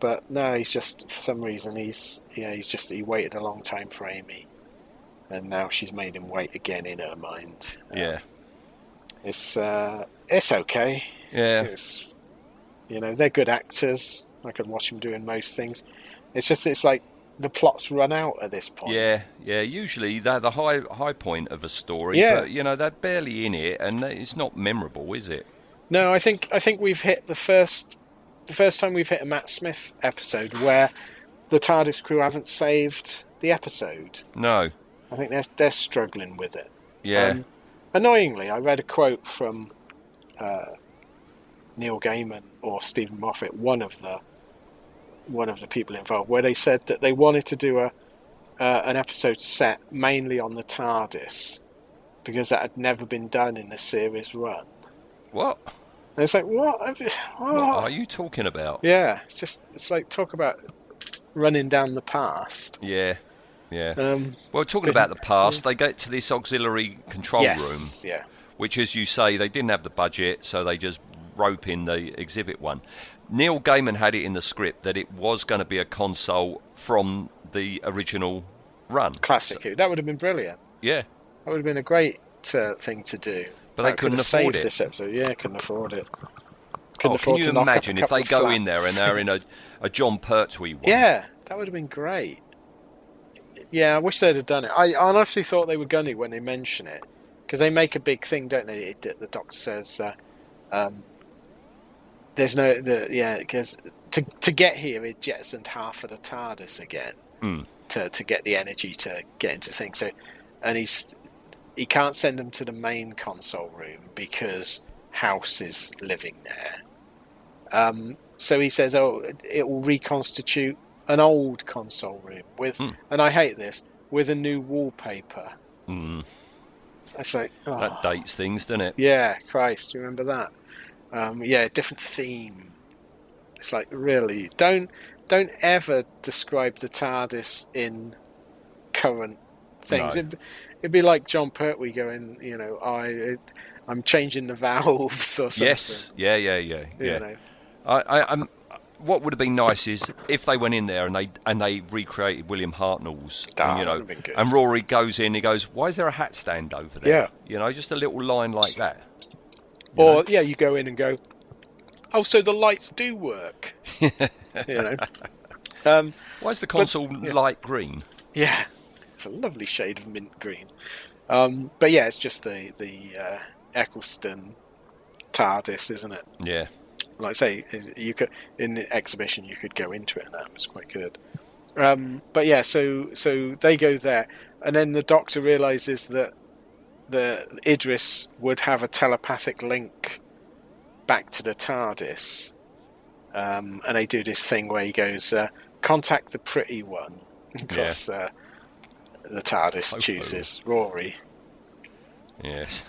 [SPEAKER 5] but no, he's just for some reason he's yeah he's just he waited a long time for Amy, and now she's made him wait again in her mind. Um,
[SPEAKER 4] yeah,
[SPEAKER 5] it's uh, it's okay.
[SPEAKER 4] yeah.
[SPEAKER 5] It's you know they're good actors. I could watch them doing most things. It's just it's like the plot's run out at this point.
[SPEAKER 4] Yeah, yeah. Usually they're the high high point of a story,
[SPEAKER 5] Yeah.
[SPEAKER 4] but you know they're barely in it, and it's not memorable, is it?
[SPEAKER 5] No, I think I think we've hit the first the first time we've hit a Matt Smith episode where the TARDIS crew haven't saved the episode.
[SPEAKER 4] No.
[SPEAKER 5] I think they're they're struggling with it.
[SPEAKER 4] Yeah.
[SPEAKER 5] Um, annoyingly, I read a quote from uh, Neil Gaiman or Stephen Moffat, one of the one of the people involved, where they said that they wanted to do a uh, an episode set mainly on the TARDIS because that had never been done in the series run.
[SPEAKER 4] what?
[SPEAKER 5] And it's like, what? I've-
[SPEAKER 4] What
[SPEAKER 5] what?
[SPEAKER 4] are you talking about?
[SPEAKER 5] Yeah, it's just it's like talk about running down the past.
[SPEAKER 4] Yeah. Yeah.
[SPEAKER 5] Um,
[SPEAKER 4] well, talking about the past, they get to this auxiliary control room,
[SPEAKER 5] yes, yeah.
[SPEAKER 4] which, as you say, they didn't have the budget, so they just rope in the exhibit one. Neil Gaiman had it in the script that it was going to be a console from the original run.
[SPEAKER 5] Classic. that would have been brilliant.
[SPEAKER 4] Yeah.
[SPEAKER 5] That would have been a great uh, thing to do.
[SPEAKER 4] But they
[SPEAKER 5] That could
[SPEAKER 4] couldn't
[SPEAKER 5] have
[SPEAKER 4] afford
[SPEAKER 5] saved
[SPEAKER 4] it.
[SPEAKER 5] This episode, yeah, couldn't afford it. couldn't
[SPEAKER 4] Oh, can
[SPEAKER 5] afford
[SPEAKER 4] you
[SPEAKER 5] to knock up a
[SPEAKER 4] imagine if
[SPEAKER 5] couple
[SPEAKER 4] they
[SPEAKER 5] of
[SPEAKER 4] go in there and
[SPEAKER 5] flats.
[SPEAKER 4] they're in a, a John Pertwee one?
[SPEAKER 5] Yeah, that would have been great. Yeah, I wish they'd have done it. I honestly thought they were going to when they mention it because they make a big thing, don't they? It, the doctor says, uh, um, "There's no the yeah because to to get here, it jettisoned half of the TARDIS again to to get the energy to get into things." So, and he's he can't send them to the main console room because House is living there. Um, so he says, "Oh, it- it will reconstitute an old console room with," and I hate this, with a new wallpaper. Mm. It's like, oh,
[SPEAKER 4] That dates things, doesn't it?
[SPEAKER 5] yeah, Christ, you remember that? Um, yeah, different theme. It's like really don't don't ever describe the TARDIS in current things.
[SPEAKER 4] No.
[SPEAKER 5] It'd, it'd be like John Pertwee going, you know, I it, I'm changing the valves or something.
[SPEAKER 4] Yes. Yeah, yeah, yeah.
[SPEAKER 5] you
[SPEAKER 4] yeah.
[SPEAKER 5] know.
[SPEAKER 4] I, I, i what would have been nice is if they went in there and they and they recreated William Hartnell's,
[SPEAKER 5] Ah,
[SPEAKER 4] and, you
[SPEAKER 5] that would
[SPEAKER 4] know,
[SPEAKER 5] have been good.
[SPEAKER 4] and Rory goes in, he goes, "Why is there a hat stand over there?"
[SPEAKER 5] Yeah.
[SPEAKER 4] you know, just a little line like that.
[SPEAKER 5] Or yeah, you go in and go. Oh, so the lights do work. you know. Um,
[SPEAKER 4] Why is the console light green?
[SPEAKER 5] yeah, it's a lovely shade of mint green. Um, but yeah, it's just the the uh, Eccleston TARDIS, isn't it?
[SPEAKER 4] Yeah,
[SPEAKER 5] Like I say, is- you could in the exhibition you could go into it, and that was quite good. Um, but yeah, so so they go there, and then the Doctor realizes that the Idris would have a telepathic link back to the TARDIS, um, and they do this thing where he goes, uh, "Contact the pretty one." Of
[SPEAKER 4] Yeah.
[SPEAKER 5] course, uh, the TARDIS
[SPEAKER 4] Popo.
[SPEAKER 5] chooses Rory.
[SPEAKER 4] yes.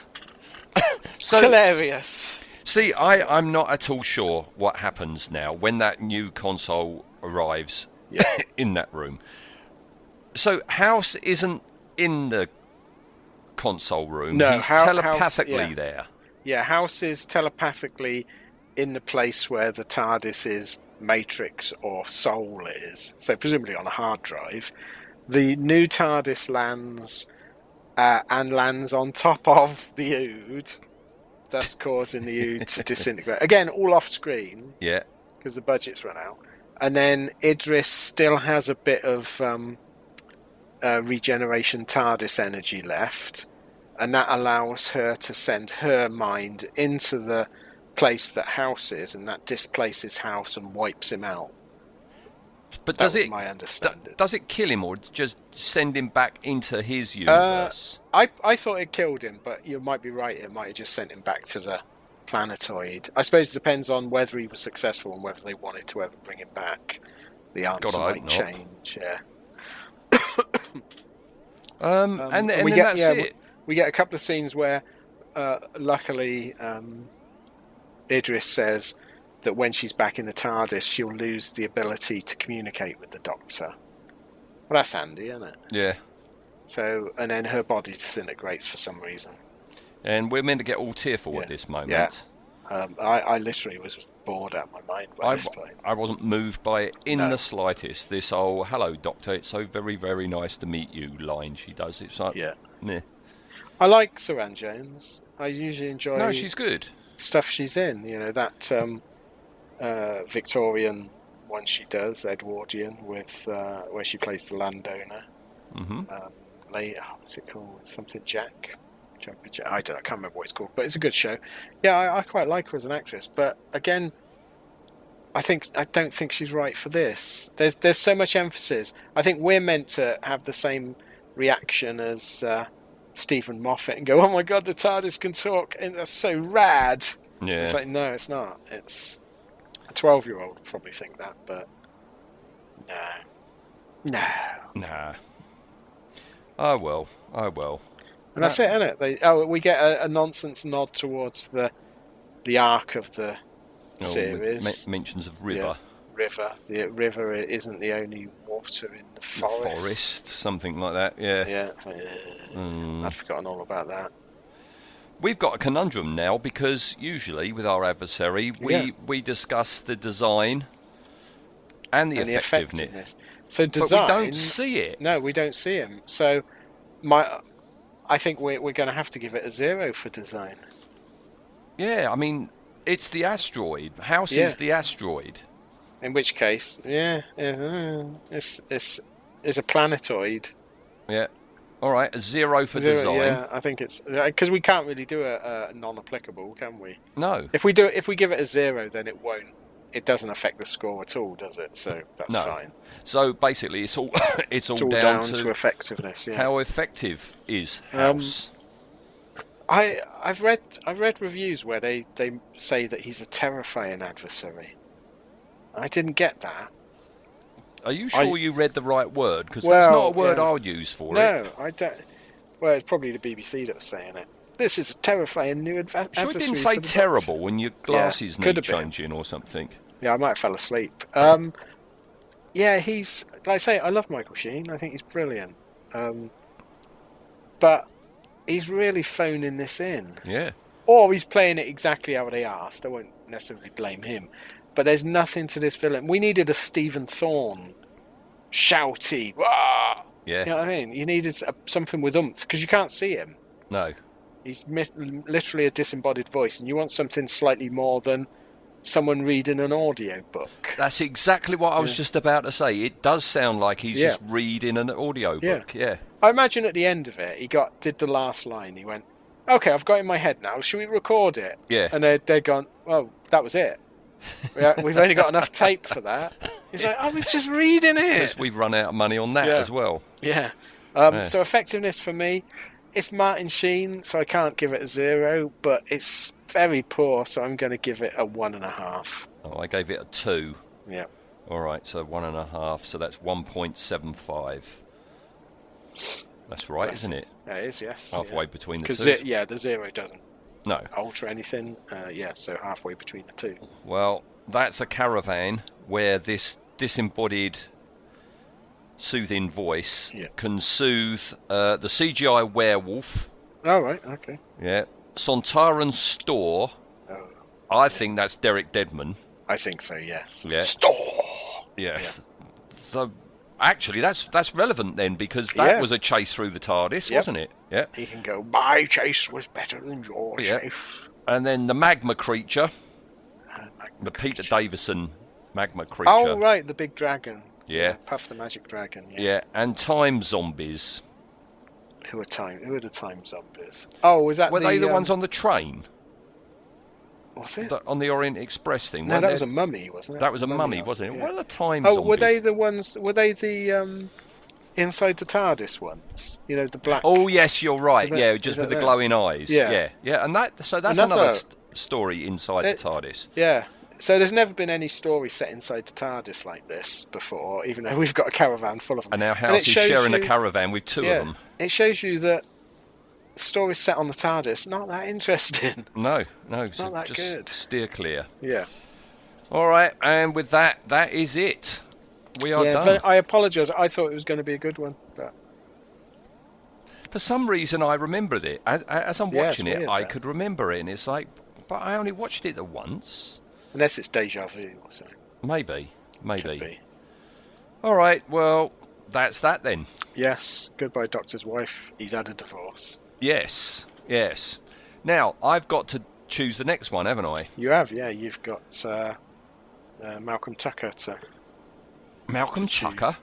[SPEAKER 5] It's hilarious.
[SPEAKER 4] See, I, I'm not at all sure what happens now when that new console arrives
[SPEAKER 5] Yeah.
[SPEAKER 4] in that room. So House isn't in the console room.
[SPEAKER 5] No,
[SPEAKER 4] he's
[SPEAKER 5] Hou- House-
[SPEAKER 4] telepathically
[SPEAKER 5] yeah.
[SPEAKER 4] there.
[SPEAKER 5] Yeah, House is telepathically in the place where the TARDIS is, Matrix or Soul is. So presumably on a hard drive. The new TARDIS lands uh, and lands on top of the Ood, thus causing the Ood to disintegrate. Again, all off screen
[SPEAKER 4] Yeah,
[SPEAKER 5] because the budget's run out. And then Idris still has a bit of um, uh, regeneration TARDIS energy left, and that allows her to send her mind into the place that House is, and that displaces House and wipes him out.
[SPEAKER 4] but
[SPEAKER 5] That
[SPEAKER 4] does
[SPEAKER 5] was
[SPEAKER 4] it
[SPEAKER 5] my
[SPEAKER 4] d-
[SPEAKER 5] understanding.
[SPEAKER 4] does it kill him or just send him back into his
[SPEAKER 5] Uh,
[SPEAKER 4] universe?
[SPEAKER 5] I, I thought it killed him, but you might be right. It might have just sent him back to the planetoid. I suppose it depends on whether he was successful and whether they wanted to ever bring him back. The answer
[SPEAKER 4] I hope
[SPEAKER 5] might
[SPEAKER 4] not.
[SPEAKER 5] change. Yeah.
[SPEAKER 4] um,
[SPEAKER 5] Um,
[SPEAKER 4] and, th- and
[SPEAKER 5] we
[SPEAKER 4] then
[SPEAKER 5] get,
[SPEAKER 4] that's
[SPEAKER 5] yeah, we-
[SPEAKER 4] it.
[SPEAKER 5] We get a couple of scenes where, uh, luckily, um, Idris says that when she's back in the TARDIS, she'll lose the ability to communicate with the Doctor. Well, that's handy, isn't it?
[SPEAKER 4] Yeah,
[SPEAKER 5] So, and then her body disintegrates for some reason.
[SPEAKER 4] and we're meant to get all tearful at
[SPEAKER 5] Yeah.
[SPEAKER 4] this moment.
[SPEAKER 5] Yeah. Um, I, I literally was bored out of my mind by
[SPEAKER 4] I,
[SPEAKER 5] this point.
[SPEAKER 4] I wasn't moved by it in
[SPEAKER 5] No.
[SPEAKER 4] the slightest. This oh hello doctor, it's so very very nice to meet you line she does. It's like
[SPEAKER 5] Yeah.
[SPEAKER 4] meh.
[SPEAKER 5] I like Saran Jones. I usually enjoy
[SPEAKER 4] no, she's good.
[SPEAKER 5] stuff she's in. You know that um, uh, Victorian one she does, Edwardian, with uh, where she plays the landowner.
[SPEAKER 4] hmm
[SPEAKER 5] Um, lay, oh, what's it called? Something Jack. Jumper Jack. I don't. know, I can't remember what it's called, but it's a good show. Yeah, I, I quite like her as an actress, but again, I think I don't think she's right for this. There's there's so much emphasis. I think we're meant to have the same reaction as. Uh, Stephen Moffat and go, oh my god, the TARDIS can talk, and that's so rad.
[SPEAKER 4] Yeah,
[SPEAKER 5] It's like, no, it's not. It's a 12 year old would probably think that, but no. No.
[SPEAKER 4] nah. Oh well, oh well.
[SPEAKER 5] And that's it, isn't it? They, oh, we get a, a nonsense nod towards the the arc of the
[SPEAKER 4] Oh, with
[SPEAKER 5] series.
[SPEAKER 4] men- mentions of river,
[SPEAKER 5] river. The river isn't the only water in the
[SPEAKER 4] forest. Mm.
[SPEAKER 5] forest.
[SPEAKER 4] something like that. Yeah. Hmm.
[SPEAKER 5] Yeah. it's like, ugh, I'd forgotten all about that.
[SPEAKER 4] We've got a conundrum now because usually with our adversary, we
[SPEAKER 5] Yeah.
[SPEAKER 4] we discuss the design and the
[SPEAKER 5] and the
[SPEAKER 4] effectiveness,
[SPEAKER 5] effectiveness. So
[SPEAKER 4] but
[SPEAKER 5] design.
[SPEAKER 4] we don't see it.
[SPEAKER 5] No, we don't see him. So, my, I think we're, we're going to have to give it a zero for design.
[SPEAKER 4] Yeah, I mean, it's the asteroid. House
[SPEAKER 5] Yeah.
[SPEAKER 4] is the asteroid.
[SPEAKER 5] In which case, yeah, yeah, it's it's it's a planetoid.
[SPEAKER 4] Yeah. All right. A zero for
[SPEAKER 5] Zero-
[SPEAKER 4] design.
[SPEAKER 5] Yeah, I think it's because we can't really do a, a non-applicable, can we?
[SPEAKER 4] No.
[SPEAKER 5] If we do, if we give it a zero, then it won't. It doesn't affect the score at all, does it? So that's
[SPEAKER 4] No.
[SPEAKER 5] fine.
[SPEAKER 4] So basically, it's all it's all,
[SPEAKER 5] It's all
[SPEAKER 4] down,
[SPEAKER 5] down,
[SPEAKER 4] to,
[SPEAKER 5] to effectiveness. Yeah.
[SPEAKER 4] how effective is
[SPEAKER 5] Um,
[SPEAKER 4] House.
[SPEAKER 5] I I've read I've read reviews where they they say that he's a terrifying adversary. I didn't get that.
[SPEAKER 4] Are you
[SPEAKER 5] I-
[SPEAKER 4] sure you read the right word? Because that's not
[SPEAKER 5] Well,
[SPEAKER 4] a word
[SPEAKER 5] yeah.
[SPEAKER 4] I'll use for it.
[SPEAKER 5] No, I don't. Well, it's probably the BBC that was saying it. This is a terrifying new adva-
[SPEAKER 4] Sure, it
[SPEAKER 5] adversary
[SPEAKER 4] didn't
[SPEAKER 5] for
[SPEAKER 4] say
[SPEAKER 5] the Doctor.
[SPEAKER 4] terrible when your glasses
[SPEAKER 5] could
[SPEAKER 4] need
[SPEAKER 5] have been.
[SPEAKER 4] changing or something.
[SPEAKER 5] Yeah, I might have fell asleep. Um, yeah, he's like I say, I love Michael Sheen. I think he's brilliant. Um, but he's really phoning this in,
[SPEAKER 4] Yeah.
[SPEAKER 5] or he's playing it exactly how they asked. I won't necessarily blame him, but there's nothing to this villain. We needed a Stephen Thorne, shouty. Wah!
[SPEAKER 4] Yeah.
[SPEAKER 5] You know what I mean? You needed s- something with oomph because you can't see him.
[SPEAKER 4] No.
[SPEAKER 5] He's mi- literally a disembodied voice, and you want something slightly more than someone reading an audio book.
[SPEAKER 4] That's exactly what I was just about to say. It does sound like he's
[SPEAKER 5] Yeah.
[SPEAKER 4] just reading an audio
[SPEAKER 5] Yeah.
[SPEAKER 4] book. Yeah.
[SPEAKER 5] I imagine at the end of it, he got did the last line. He went, "Okay, I've got it in my head now. Should we record it?"
[SPEAKER 4] Yeah.
[SPEAKER 5] And they they're gone. Well, that was it. We, we've only got enough tape for that. He's like, "I was just reading it."
[SPEAKER 4] Because we've run out of money on that
[SPEAKER 5] Yeah.
[SPEAKER 4] as well.
[SPEAKER 5] Yeah. Um,
[SPEAKER 4] Yeah.
[SPEAKER 5] So effectiveness for me, it's Martin Sheen, so I can't give it a zero, but it's very poor, so I'm going to give it a one and a half.
[SPEAKER 4] Oh, I gave it a two.
[SPEAKER 5] Yeah.
[SPEAKER 4] All right, so one and a half. So that's one point seven five. That's right,
[SPEAKER 5] That's-
[SPEAKER 4] isn't it?
[SPEAKER 5] That is yes.
[SPEAKER 4] Halfway between the two.
[SPEAKER 5] Because yeah, the zero doesn't
[SPEAKER 4] No.
[SPEAKER 5] alter anything. Uh, yeah, so halfway between the two.
[SPEAKER 4] Well, that's a caravan where this disembodied, soothing voice
[SPEAKER 5] Yeah.
[SPEAKER 4] can soothe uh, the CGI werewolf.
[SPEAKER 5] All right. Okay.
[SPEAKER 4] Yeah. Sontaran Store.
[SPEAKER 5] Oh.
[SPEAKER 4] I think that's Derek Deadman.
[SPEAKER 5] I think so, yes.
[SPEAKER 4] Yeah.
[SPEAKER 5] Store!
[SPEAKER 4] Yes. The, actually, that's that's relevant then because that
[SPEAKER 5] Yeah.
[SPEAKER 4] was a chase through the TARDIS,
[SPEAKER 5] Yep.
[SPEAKER 4] wasn't it? Yeah.
[SPEAKER 5] He can go, My chase was better than your
[SPEAKER 4] Yeah.
[SPEAKER 5] chase.
[SPEAKER 4] And then the magma creature, the Peter Davison magma creature.
[SPEAKER 5] Oh, right, the big dragon.
[SPEAKER 4] Yeah.
[SPEAKER 5] Puff the magic dragon. Yeah.
[SPEAKER 4] Yeah, and time zombies.
[SPEAKER 5] Who are time? Who are the time zombies? Oh, was that
[SPEAKER 4] Were they the
[SPEAKER 5] um,
[SPEAKER 4] ones on the train,
[SPEAKER 5] Was it?
[SPEAKER 4] The- on the Orient Express thing?
[SPEAKER 5] no,
[SPEAKER 4] weren't
[SPEAKER 5] that
[SPEAKER 4] they?
[SPEAKER 5] was a mummy, wasn't it?
[SPEAKER 4] that was a mummy,
[SPEAKER 5] one.
[SPEAKER 4] wasn't it?
[SPEAKER 5] Yeah.
[SPEAKER 4] What are the time
[SPEAKER 5] Oh,
[SPEAKER 4] zombies?
[SPEAKER 5] were they the ones? Were they the um, inside the TARDIS ones? You know, the black.
[SPEAKER 4] Oh yes, you're right.
[SPEAKER 5] Is
[SPEAKER 4] Yeah,
[SPEAKER 5] that- is
[SPEAKER 4] just
[SPEAKER 5] that
[SPEAKER 4] with the
[SPEAKER 5] them?
[SPEAKER 4] glowing eyes.
[SPEAKER 5] Yeah.
[SPEAKER 4] yeah, yeah. And that so that's another,
[SPEAKER 5] Another-
[SPEAKER 4] st- story inside
[SPEAKER 5] It-
[SPEAKER 4] the TARDIS.
[SPEAKER 5] Yeah. So there's never been any story set inside the TARDIS like this before, even though we've got a caravan full of them.
[SPEAKER 4] And our
[SPEAKER 5] it
[SPEAKER 4] house is
[SPEAKER 5] shows
[SPEAKER 4] sharing a
[SPEAKER 5] you-
[SPEAKER 4] caravan with two
[SPEAKER 5] yeah,
[SPEAKER 4] of them.
[SPEAKER 5] It shows you that stories set on the TARDIS not that interesting.
[SPEAKER 4] No, no, so
[SPEAKER 5] Not that
[SPEAKER 4] just
[SPEAKER 5] good.
[SPEAKER 4] steer clear.
[SPEAKER 5] Yeah.
[SPEAKER 4] All right, and with that, that is it. We are
[SPEAKER 5] yeah
[SPEAKER 4] done.
[SPEAKER 5] but I apologise. I thought it was going to be a good one. But
[SPEAKER 4] For some reason, I remembered it. As, as I'm
[SPEAKER 5] Yeah, it's
[SPEAKER 4] watching it,
[SPEAKER 5] weird,
[SPEAKER 4] I
[SPEAKER 5] that.
[SPEAKER 4] could remember it, and it's like, but I only watched it the once.
[SPEAKER 5] unless it's deja vu or something.
[SPEAKER 4] Maybe,
[SPEAKER 5] Could
[SPEAKER 4] maybe.
[SPEAKER 5] be.
[SPEAKER 4] All right, well, that's that then.
[SPEAKER 5] Yes. Goodbye, Doctor's wife. He's had a divorce.
[SPEAKER 4] Yes, yes. Now I've got to choose the next one, haven't I?
[SPEAKER 5] You have, yeah. You've got uh, uh, Malcolm Tucker to.
[SPEAKER 4] Malcolm
[SPEAKER 5] To choose.
[SPEAKER 4] Tucker.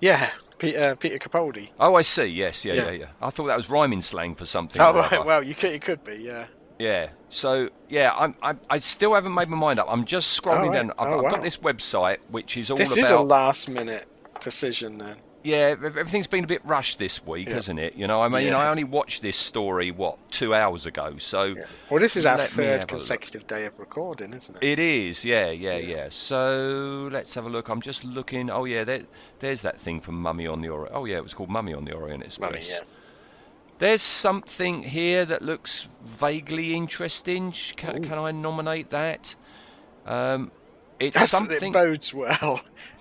[SPEAKER 5] Yeah, Peter, Peter Capaldi.
[SPEAKER 4] Oh, I see. Yes, yeah, yeah,
[SPEAKER 5] Yeah.
[SPEAKER 4] yeah, I thought that was rhyming slang for something.
[SPEAKER 5] Oh,
[SPEAKER 4] or
[SPEAKER 5] right.
[SPEAKER 4] other.
[SPEAKER 5] Well, you could, it could be, yeah.
[SPEAKER 4] Yeah. So yeah, I'm, I'm I still haven't made my mind up. I'm just scrolling
[SPEAKER 5] Alright.
[SPEAKER 4] down. I've,
[SPEAKER 5] Oh,
[SPEAKER 4] I've got
[SPEAKER 5] wow.
[SPEAKER 4] this website which is all
[SPEAKER 5] this
[SPEAKER 4] about.
[SPEAKER 5] is a last minute decision then.
[SPEAKER 4] yeah, ev- everything's been a bit rushed this week,
[SPEAKER 5] Yeah.
[SPEAKER 4] hasn't it? You know, I mean,
[SPEAKER 5] Yeah.
[SPEAKER 4] I only watched this story what two hours ago, so
[SPEAKER 5] Well, this is our
[SPEAKER 4] Let me have
[SPEAKER 5] third
[SPEAKER 4] a
[SPEAKER 5] consecutive day of recording, isn't it?
[SPEAKER 4] it is. Yeah, yeah, yeah, So let's have a look. I'm just looking. Oh yeah, there, there's that thing from Mummy on the Orient. Oh yeah, it was called Mummy on the Orient Express.
[SPEAKER 5] Mummy, yeah.
[SPEAKER 4] There's something here that looks vaguely interesting. Sh- Can, can I nominate that? Um, it's
[SPEAKER 5] That's,
[SPEAKER 4] something.
[SPEAKER 5] It bodes well.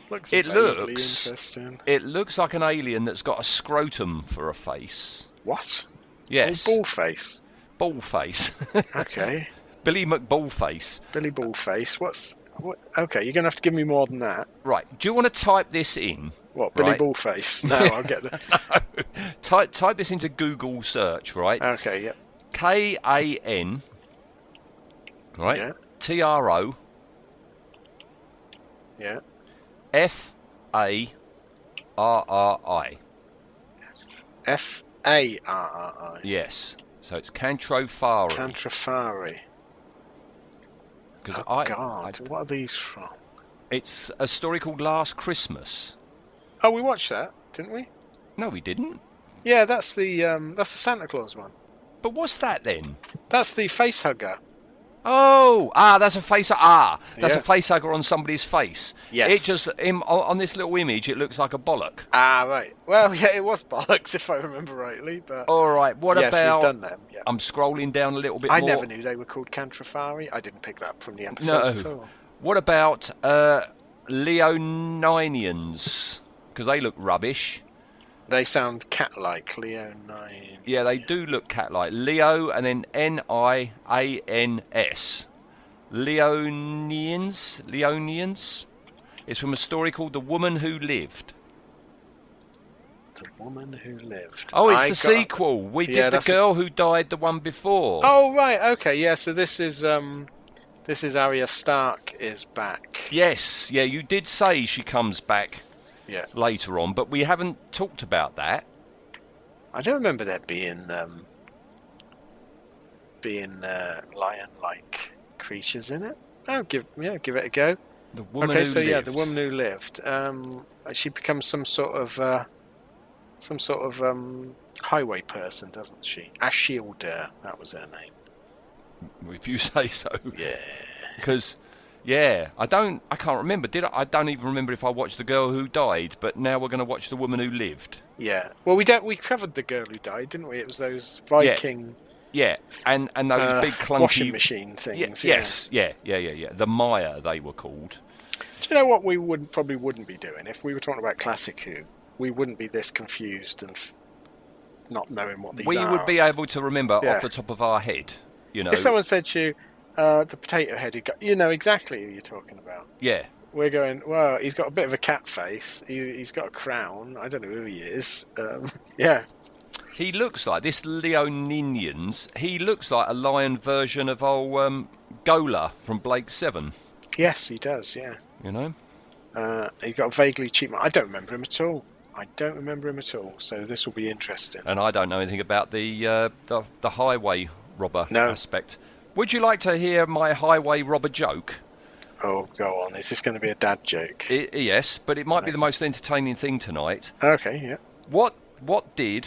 [SPEAKER 5] looks
[SPEAKER 4] It
[SPEAKER 5] vaguely
[SPEAKER 4] looks-
[SPEAKER 5] interesting.
[SPEAKER 4] It looks like an alien that's got a scrotum for a face.
[SPEAKER 5] What?
[SPEAKER 4] Yes.
[SPEAKER 5] Oh, Ballface.
[SPEAKER 4] Ball face.
[SPEAKER 5] Okay.
[SPEAKER 4] Billy McBallface.
[SPEAKER 5] Billy Ballface. What's. What? Okay, you're going to have to give me more than that.
[SPEAKER 4] Right. Do you want to type this in?
[SPEAKER 5] What, Billy
[SPEAKER 4] Right.
[SPEAKER 5] Ballface? No, I'll get the.
[SPEAKER 4] Type type this into Google search, right?
[SPEAKER 5] Okay, yep.
[SPEAKER 4] K A N. Right.
[SPEAKER 5] Yeah.
[SPEAKER 4] T R O
[SPEAKER 5] Yeah.
[SPEAKER 4] F A R R I.
[SPEAKER 5] F A R R I.
[SPEAKER 4] Yes. So it's Cantrofari.
[SPEAKER 5] Cantrafari.
[SPEAKER 4] Because
[SPEAKER 5] Oh, God, what are these from?
[SPEAKER 4] it's a story called Last Christmas.
[SPEAKER 5] Oh, we watched that, didn't we?
[SPEAKER 4] No, we didn't.
[SPEAKER 5] Yeah, that's the um, that's the Santa Claus one.
[SPEAKER 4] But what's that then?
[SPEAKER 5] That's the face hugger.
[SPEAKER 4] Oh, ah, that's a face. Ah, that's
[SPEAKER 5] Yeah.
[SPEAKER 4] a face hugger on somebody's face.
[SPEAKER 5] Yes.
[SPEAKER 4] It just im- on on this little image, it looks like a bollock.
[SPEAKER 5] Ah, right. Well, yeah, it was bollocks if I remember rightly, but
[SPEAKER 4] All right. Oh, What
[SPEAKER 5] yes,
[SPEAKER 4] about?
[SPEAKER 5] we've done them. Yeah.
[SPEAKER 4] I'm scrolling down a little bit.
[SPEAKER 5] I
[SPEAKER 4] more.
[SPEAKER 5] never knew they were called Cantrafari. I didn't pick that up from the episode at
[SPEAKER 4] No.
[SPEAKER 5] all.
[SPEAKER 4] What about uh, Leoninians? Because they look rubbish.
[SPEAKER 5] They sound cat-like. Leo nine.
[SPEAKER 4] Yeah, they do look cat-like. Leo and then N I A N S. Leonians. Leonians. It's from a story called "The Woman Who Lived."
[SPEAKER 5] The woman who lived.
[SPEAKER 4] Oh, it's
[SPEAKER 5] I
[SPEAKER 4] the
[SPEAKER 5] got-
[SPEAKER 4] sequel. We did
[SPEAKER 5] Yeah,
[SPEAKER 4] the
[SPEAKER 5] that's the-
[SPEAKER 4] girl who died the one before.
[SPEAKER 5] Oh, right. Okay. Yeah. So this is um, this is Arya Stark is back.
[SPEAKER 4] Yes. Yeah, you did say she comes back
[SPEAKER 5] Yeah.
[SPEAKER 4] later on, but we haven't talked about that.
[SPEAKER 5] I don't remember there being um, being uh, lion-like creatures in it. Oh, give yeah, give it a go.
[SPEAKER 4] The woman
[SPEAKER 5] okay,
[SPEAKER 4] who
[SPEAKER 5] so yeah, the
[SPEAKER 4] lived.
[SPEAKER 5] woman who lived. Um, she becomes some sort of uh, some sort of um, highway person, doesn't she? Ashilda, that was her name.
[SPEAKER 4] if you say so. Yeah. Because, yeah, I don't, I can't remember. Did I? I don't even remember if I watched the girl who died. But now we're going to watch the woman who lived.
[SPEAKER 5] Yeah. Well, we don't. We covered the girl who died, didn't we? It was those Viking
[SPEAKER 4] Yeah, and and those
[SPEAKER 5] uh,
[SPEAKER 4] big clunky
[SPEAKER 5] washing machine things.
[SPEAKER 4] Ye-
[SPEAKER 5] yeah.
[SPEAKER 4] Yes, yeah, yeah, yeah, yeah. The Maya they were called.
[SPEAKER 5] Do you know what we would probably wouldn't be doing if we were talking about classic Who? We wouldn't be this confused and f- not knowing what these
[SPEAKER 4] we
[SPEAKER 5] are.
[SPEAKER 4] would be able to remember
[SPEAKER 5] Yeah.
[SPEAKER 4] off the top of our head. You know.
[SPEAKER 5] If someone said to you, uh, "The potato-headed guy," you know exactly who you're talking about.
[SPEAKER 4] yeah.
[SPEAKER 5] we're going, well, he's got a bit of a cat face. He, he's got a crown. I don't know who he is. Um, yeah.
[SPEAKER 4] He looks like this Leoninians. He looks like a lion version of old um, Gola from Blake Seven.
[SPEAKER 5] Yes, he does, yeah.
[SPEAKER 4] You know.
[SPEAKER 5] Uh, he's got a vaguely cheap... I don't remember him at all. I don't remember him at all. So this will be interesting.
[SPEAKER 4] and I don't know anything about the uh, the, the highway robber
[SPEAKER 5] No.
[SPEAKER 4] aspect. Would you like to hear my highway robber joke?
[SPEAKER 5] Oh, go on. Is this going to be a dad joke?
[SPEAKER 4] I yes, but it might be the most entertaining thing tonight.
[SPEAKER 5] Okay, yeah.
[SPEAKER 4] What what did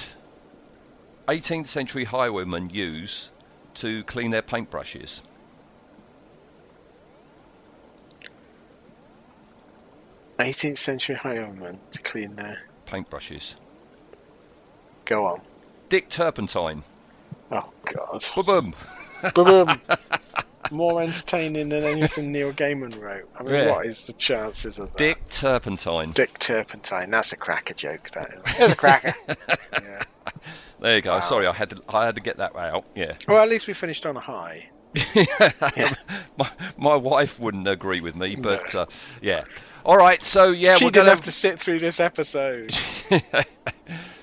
[SPEAKER 4] 18th century highwaymen use to clean their paintbrushes?
[SPEAKER 5] Eighteenth century highwayman to clean their...
[SPEAKER 4] Paintbrushes.
[SPEAKER 5] Go on.
[SPEAKER 4] Dick turpentine.
[SPEAKER 5] Oh God!
[SPEAKER 4] Boom.
[SPEAKER 5] Boom. More entertaining than anything Neil Gaiman wrote. I mean,
[SPEAKER 4] Yeah.
[SPEAKER 5] what is the chances of that?
[SPEAKER 4] Dick turpentine.
[SPEAKER 5] Dick Turpentine. That's a cracker joke. That is. It's a cracker. yeah.
[SPEAKER 4] There you go. Sorry, I had to I had to get that out. Yeah.
[SPEAKER 5] Well, at least we finished on a high.
[SPEAKER 4] My, my wife wouldn't agree with me, but uh, yeah. All right, so yeah,
[SPEAKER 5] she
[SPEAKER 4] we're
[SPEAKER 5] didn't
[SPEAKER 4] gonna
[SPEAKER 5] have to sit through this episode.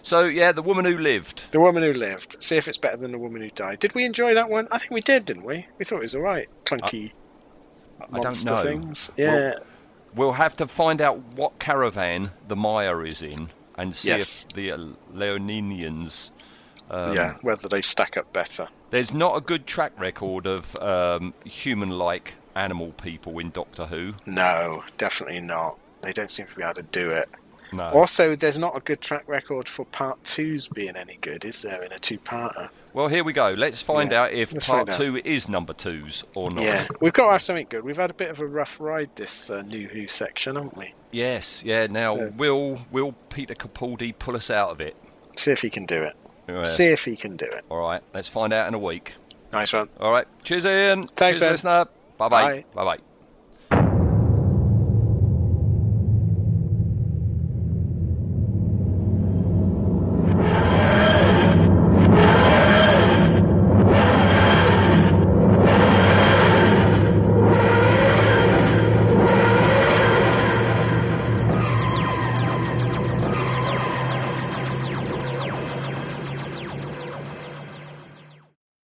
[SPEAKER 4] So yeah, the woman who lived.
[SPEAKER 5] the woman who lived. See if it's better than the woman who died. Did we enjoy that one? I think we did, didn't we? We thought it was all right. Clunky
[SPEAKER 4] don't
[SPEAKER 5] monster
[SPEAKER 4] know.
[SPEAKER 5] things. Yeah.
[SPEAKER 4] Well, We'll have to find out what caravan the Maya is in and see
[SPEAKER 5] Yes.
[SPEAKER 4] if the uh, Leoninians. um,
[SPEAKER 5] yeah. Whether they stack up better.
[SPEAKER 4] There's not a good track record of um, human-like animal people in Doctor Who.
[SPEAKER 5] No, definitely not. They don't seem to be able to do it.
[SPEAKER 4] No.
[SPEAKER 5] Also, there's not a good track record for part twos being any good, is there? In a two-parter.
[SPEAKER 4] Well, here we go. Let's find
[SPEAKER 5] Yeah,
[SPEAKER 4] out if
[SPEAKER 5] let's
[SPEAKER 4] part
[SPEAKER 5] find out.
[SPEAKER 4] two is number twos or not.
[SPEAKER 5] Yeah, we've got to have something good. We've had a bit of a rough ride this uh, new Who section, haven't we?
[SPEAKER 4] Yes. Yeah. Now,
[SPEAKER 5] Yeah.
[SPEAKER 4] will will Peter Capaldi pull us out of it?
[SPEAKER 5] See if he can do it.
[SPEAKER 4] Yeah.
[SPEAKER 5] See if he can do it.
[SPEAKER 4] All right. Let's find out in a week.
[SPEAKER 5] Nice one.
[SPEAKER 4] All right. Cheers, Ian.
[SPEAKER 5] Thanks,
[SPEAKER 4] Cheers,
[SPEAKER 5] Ian.
[SPEAKER 4] listener. Bye-bye.
[SPEAKER 5] Bye.
[SPEAKER 4] Bye bye.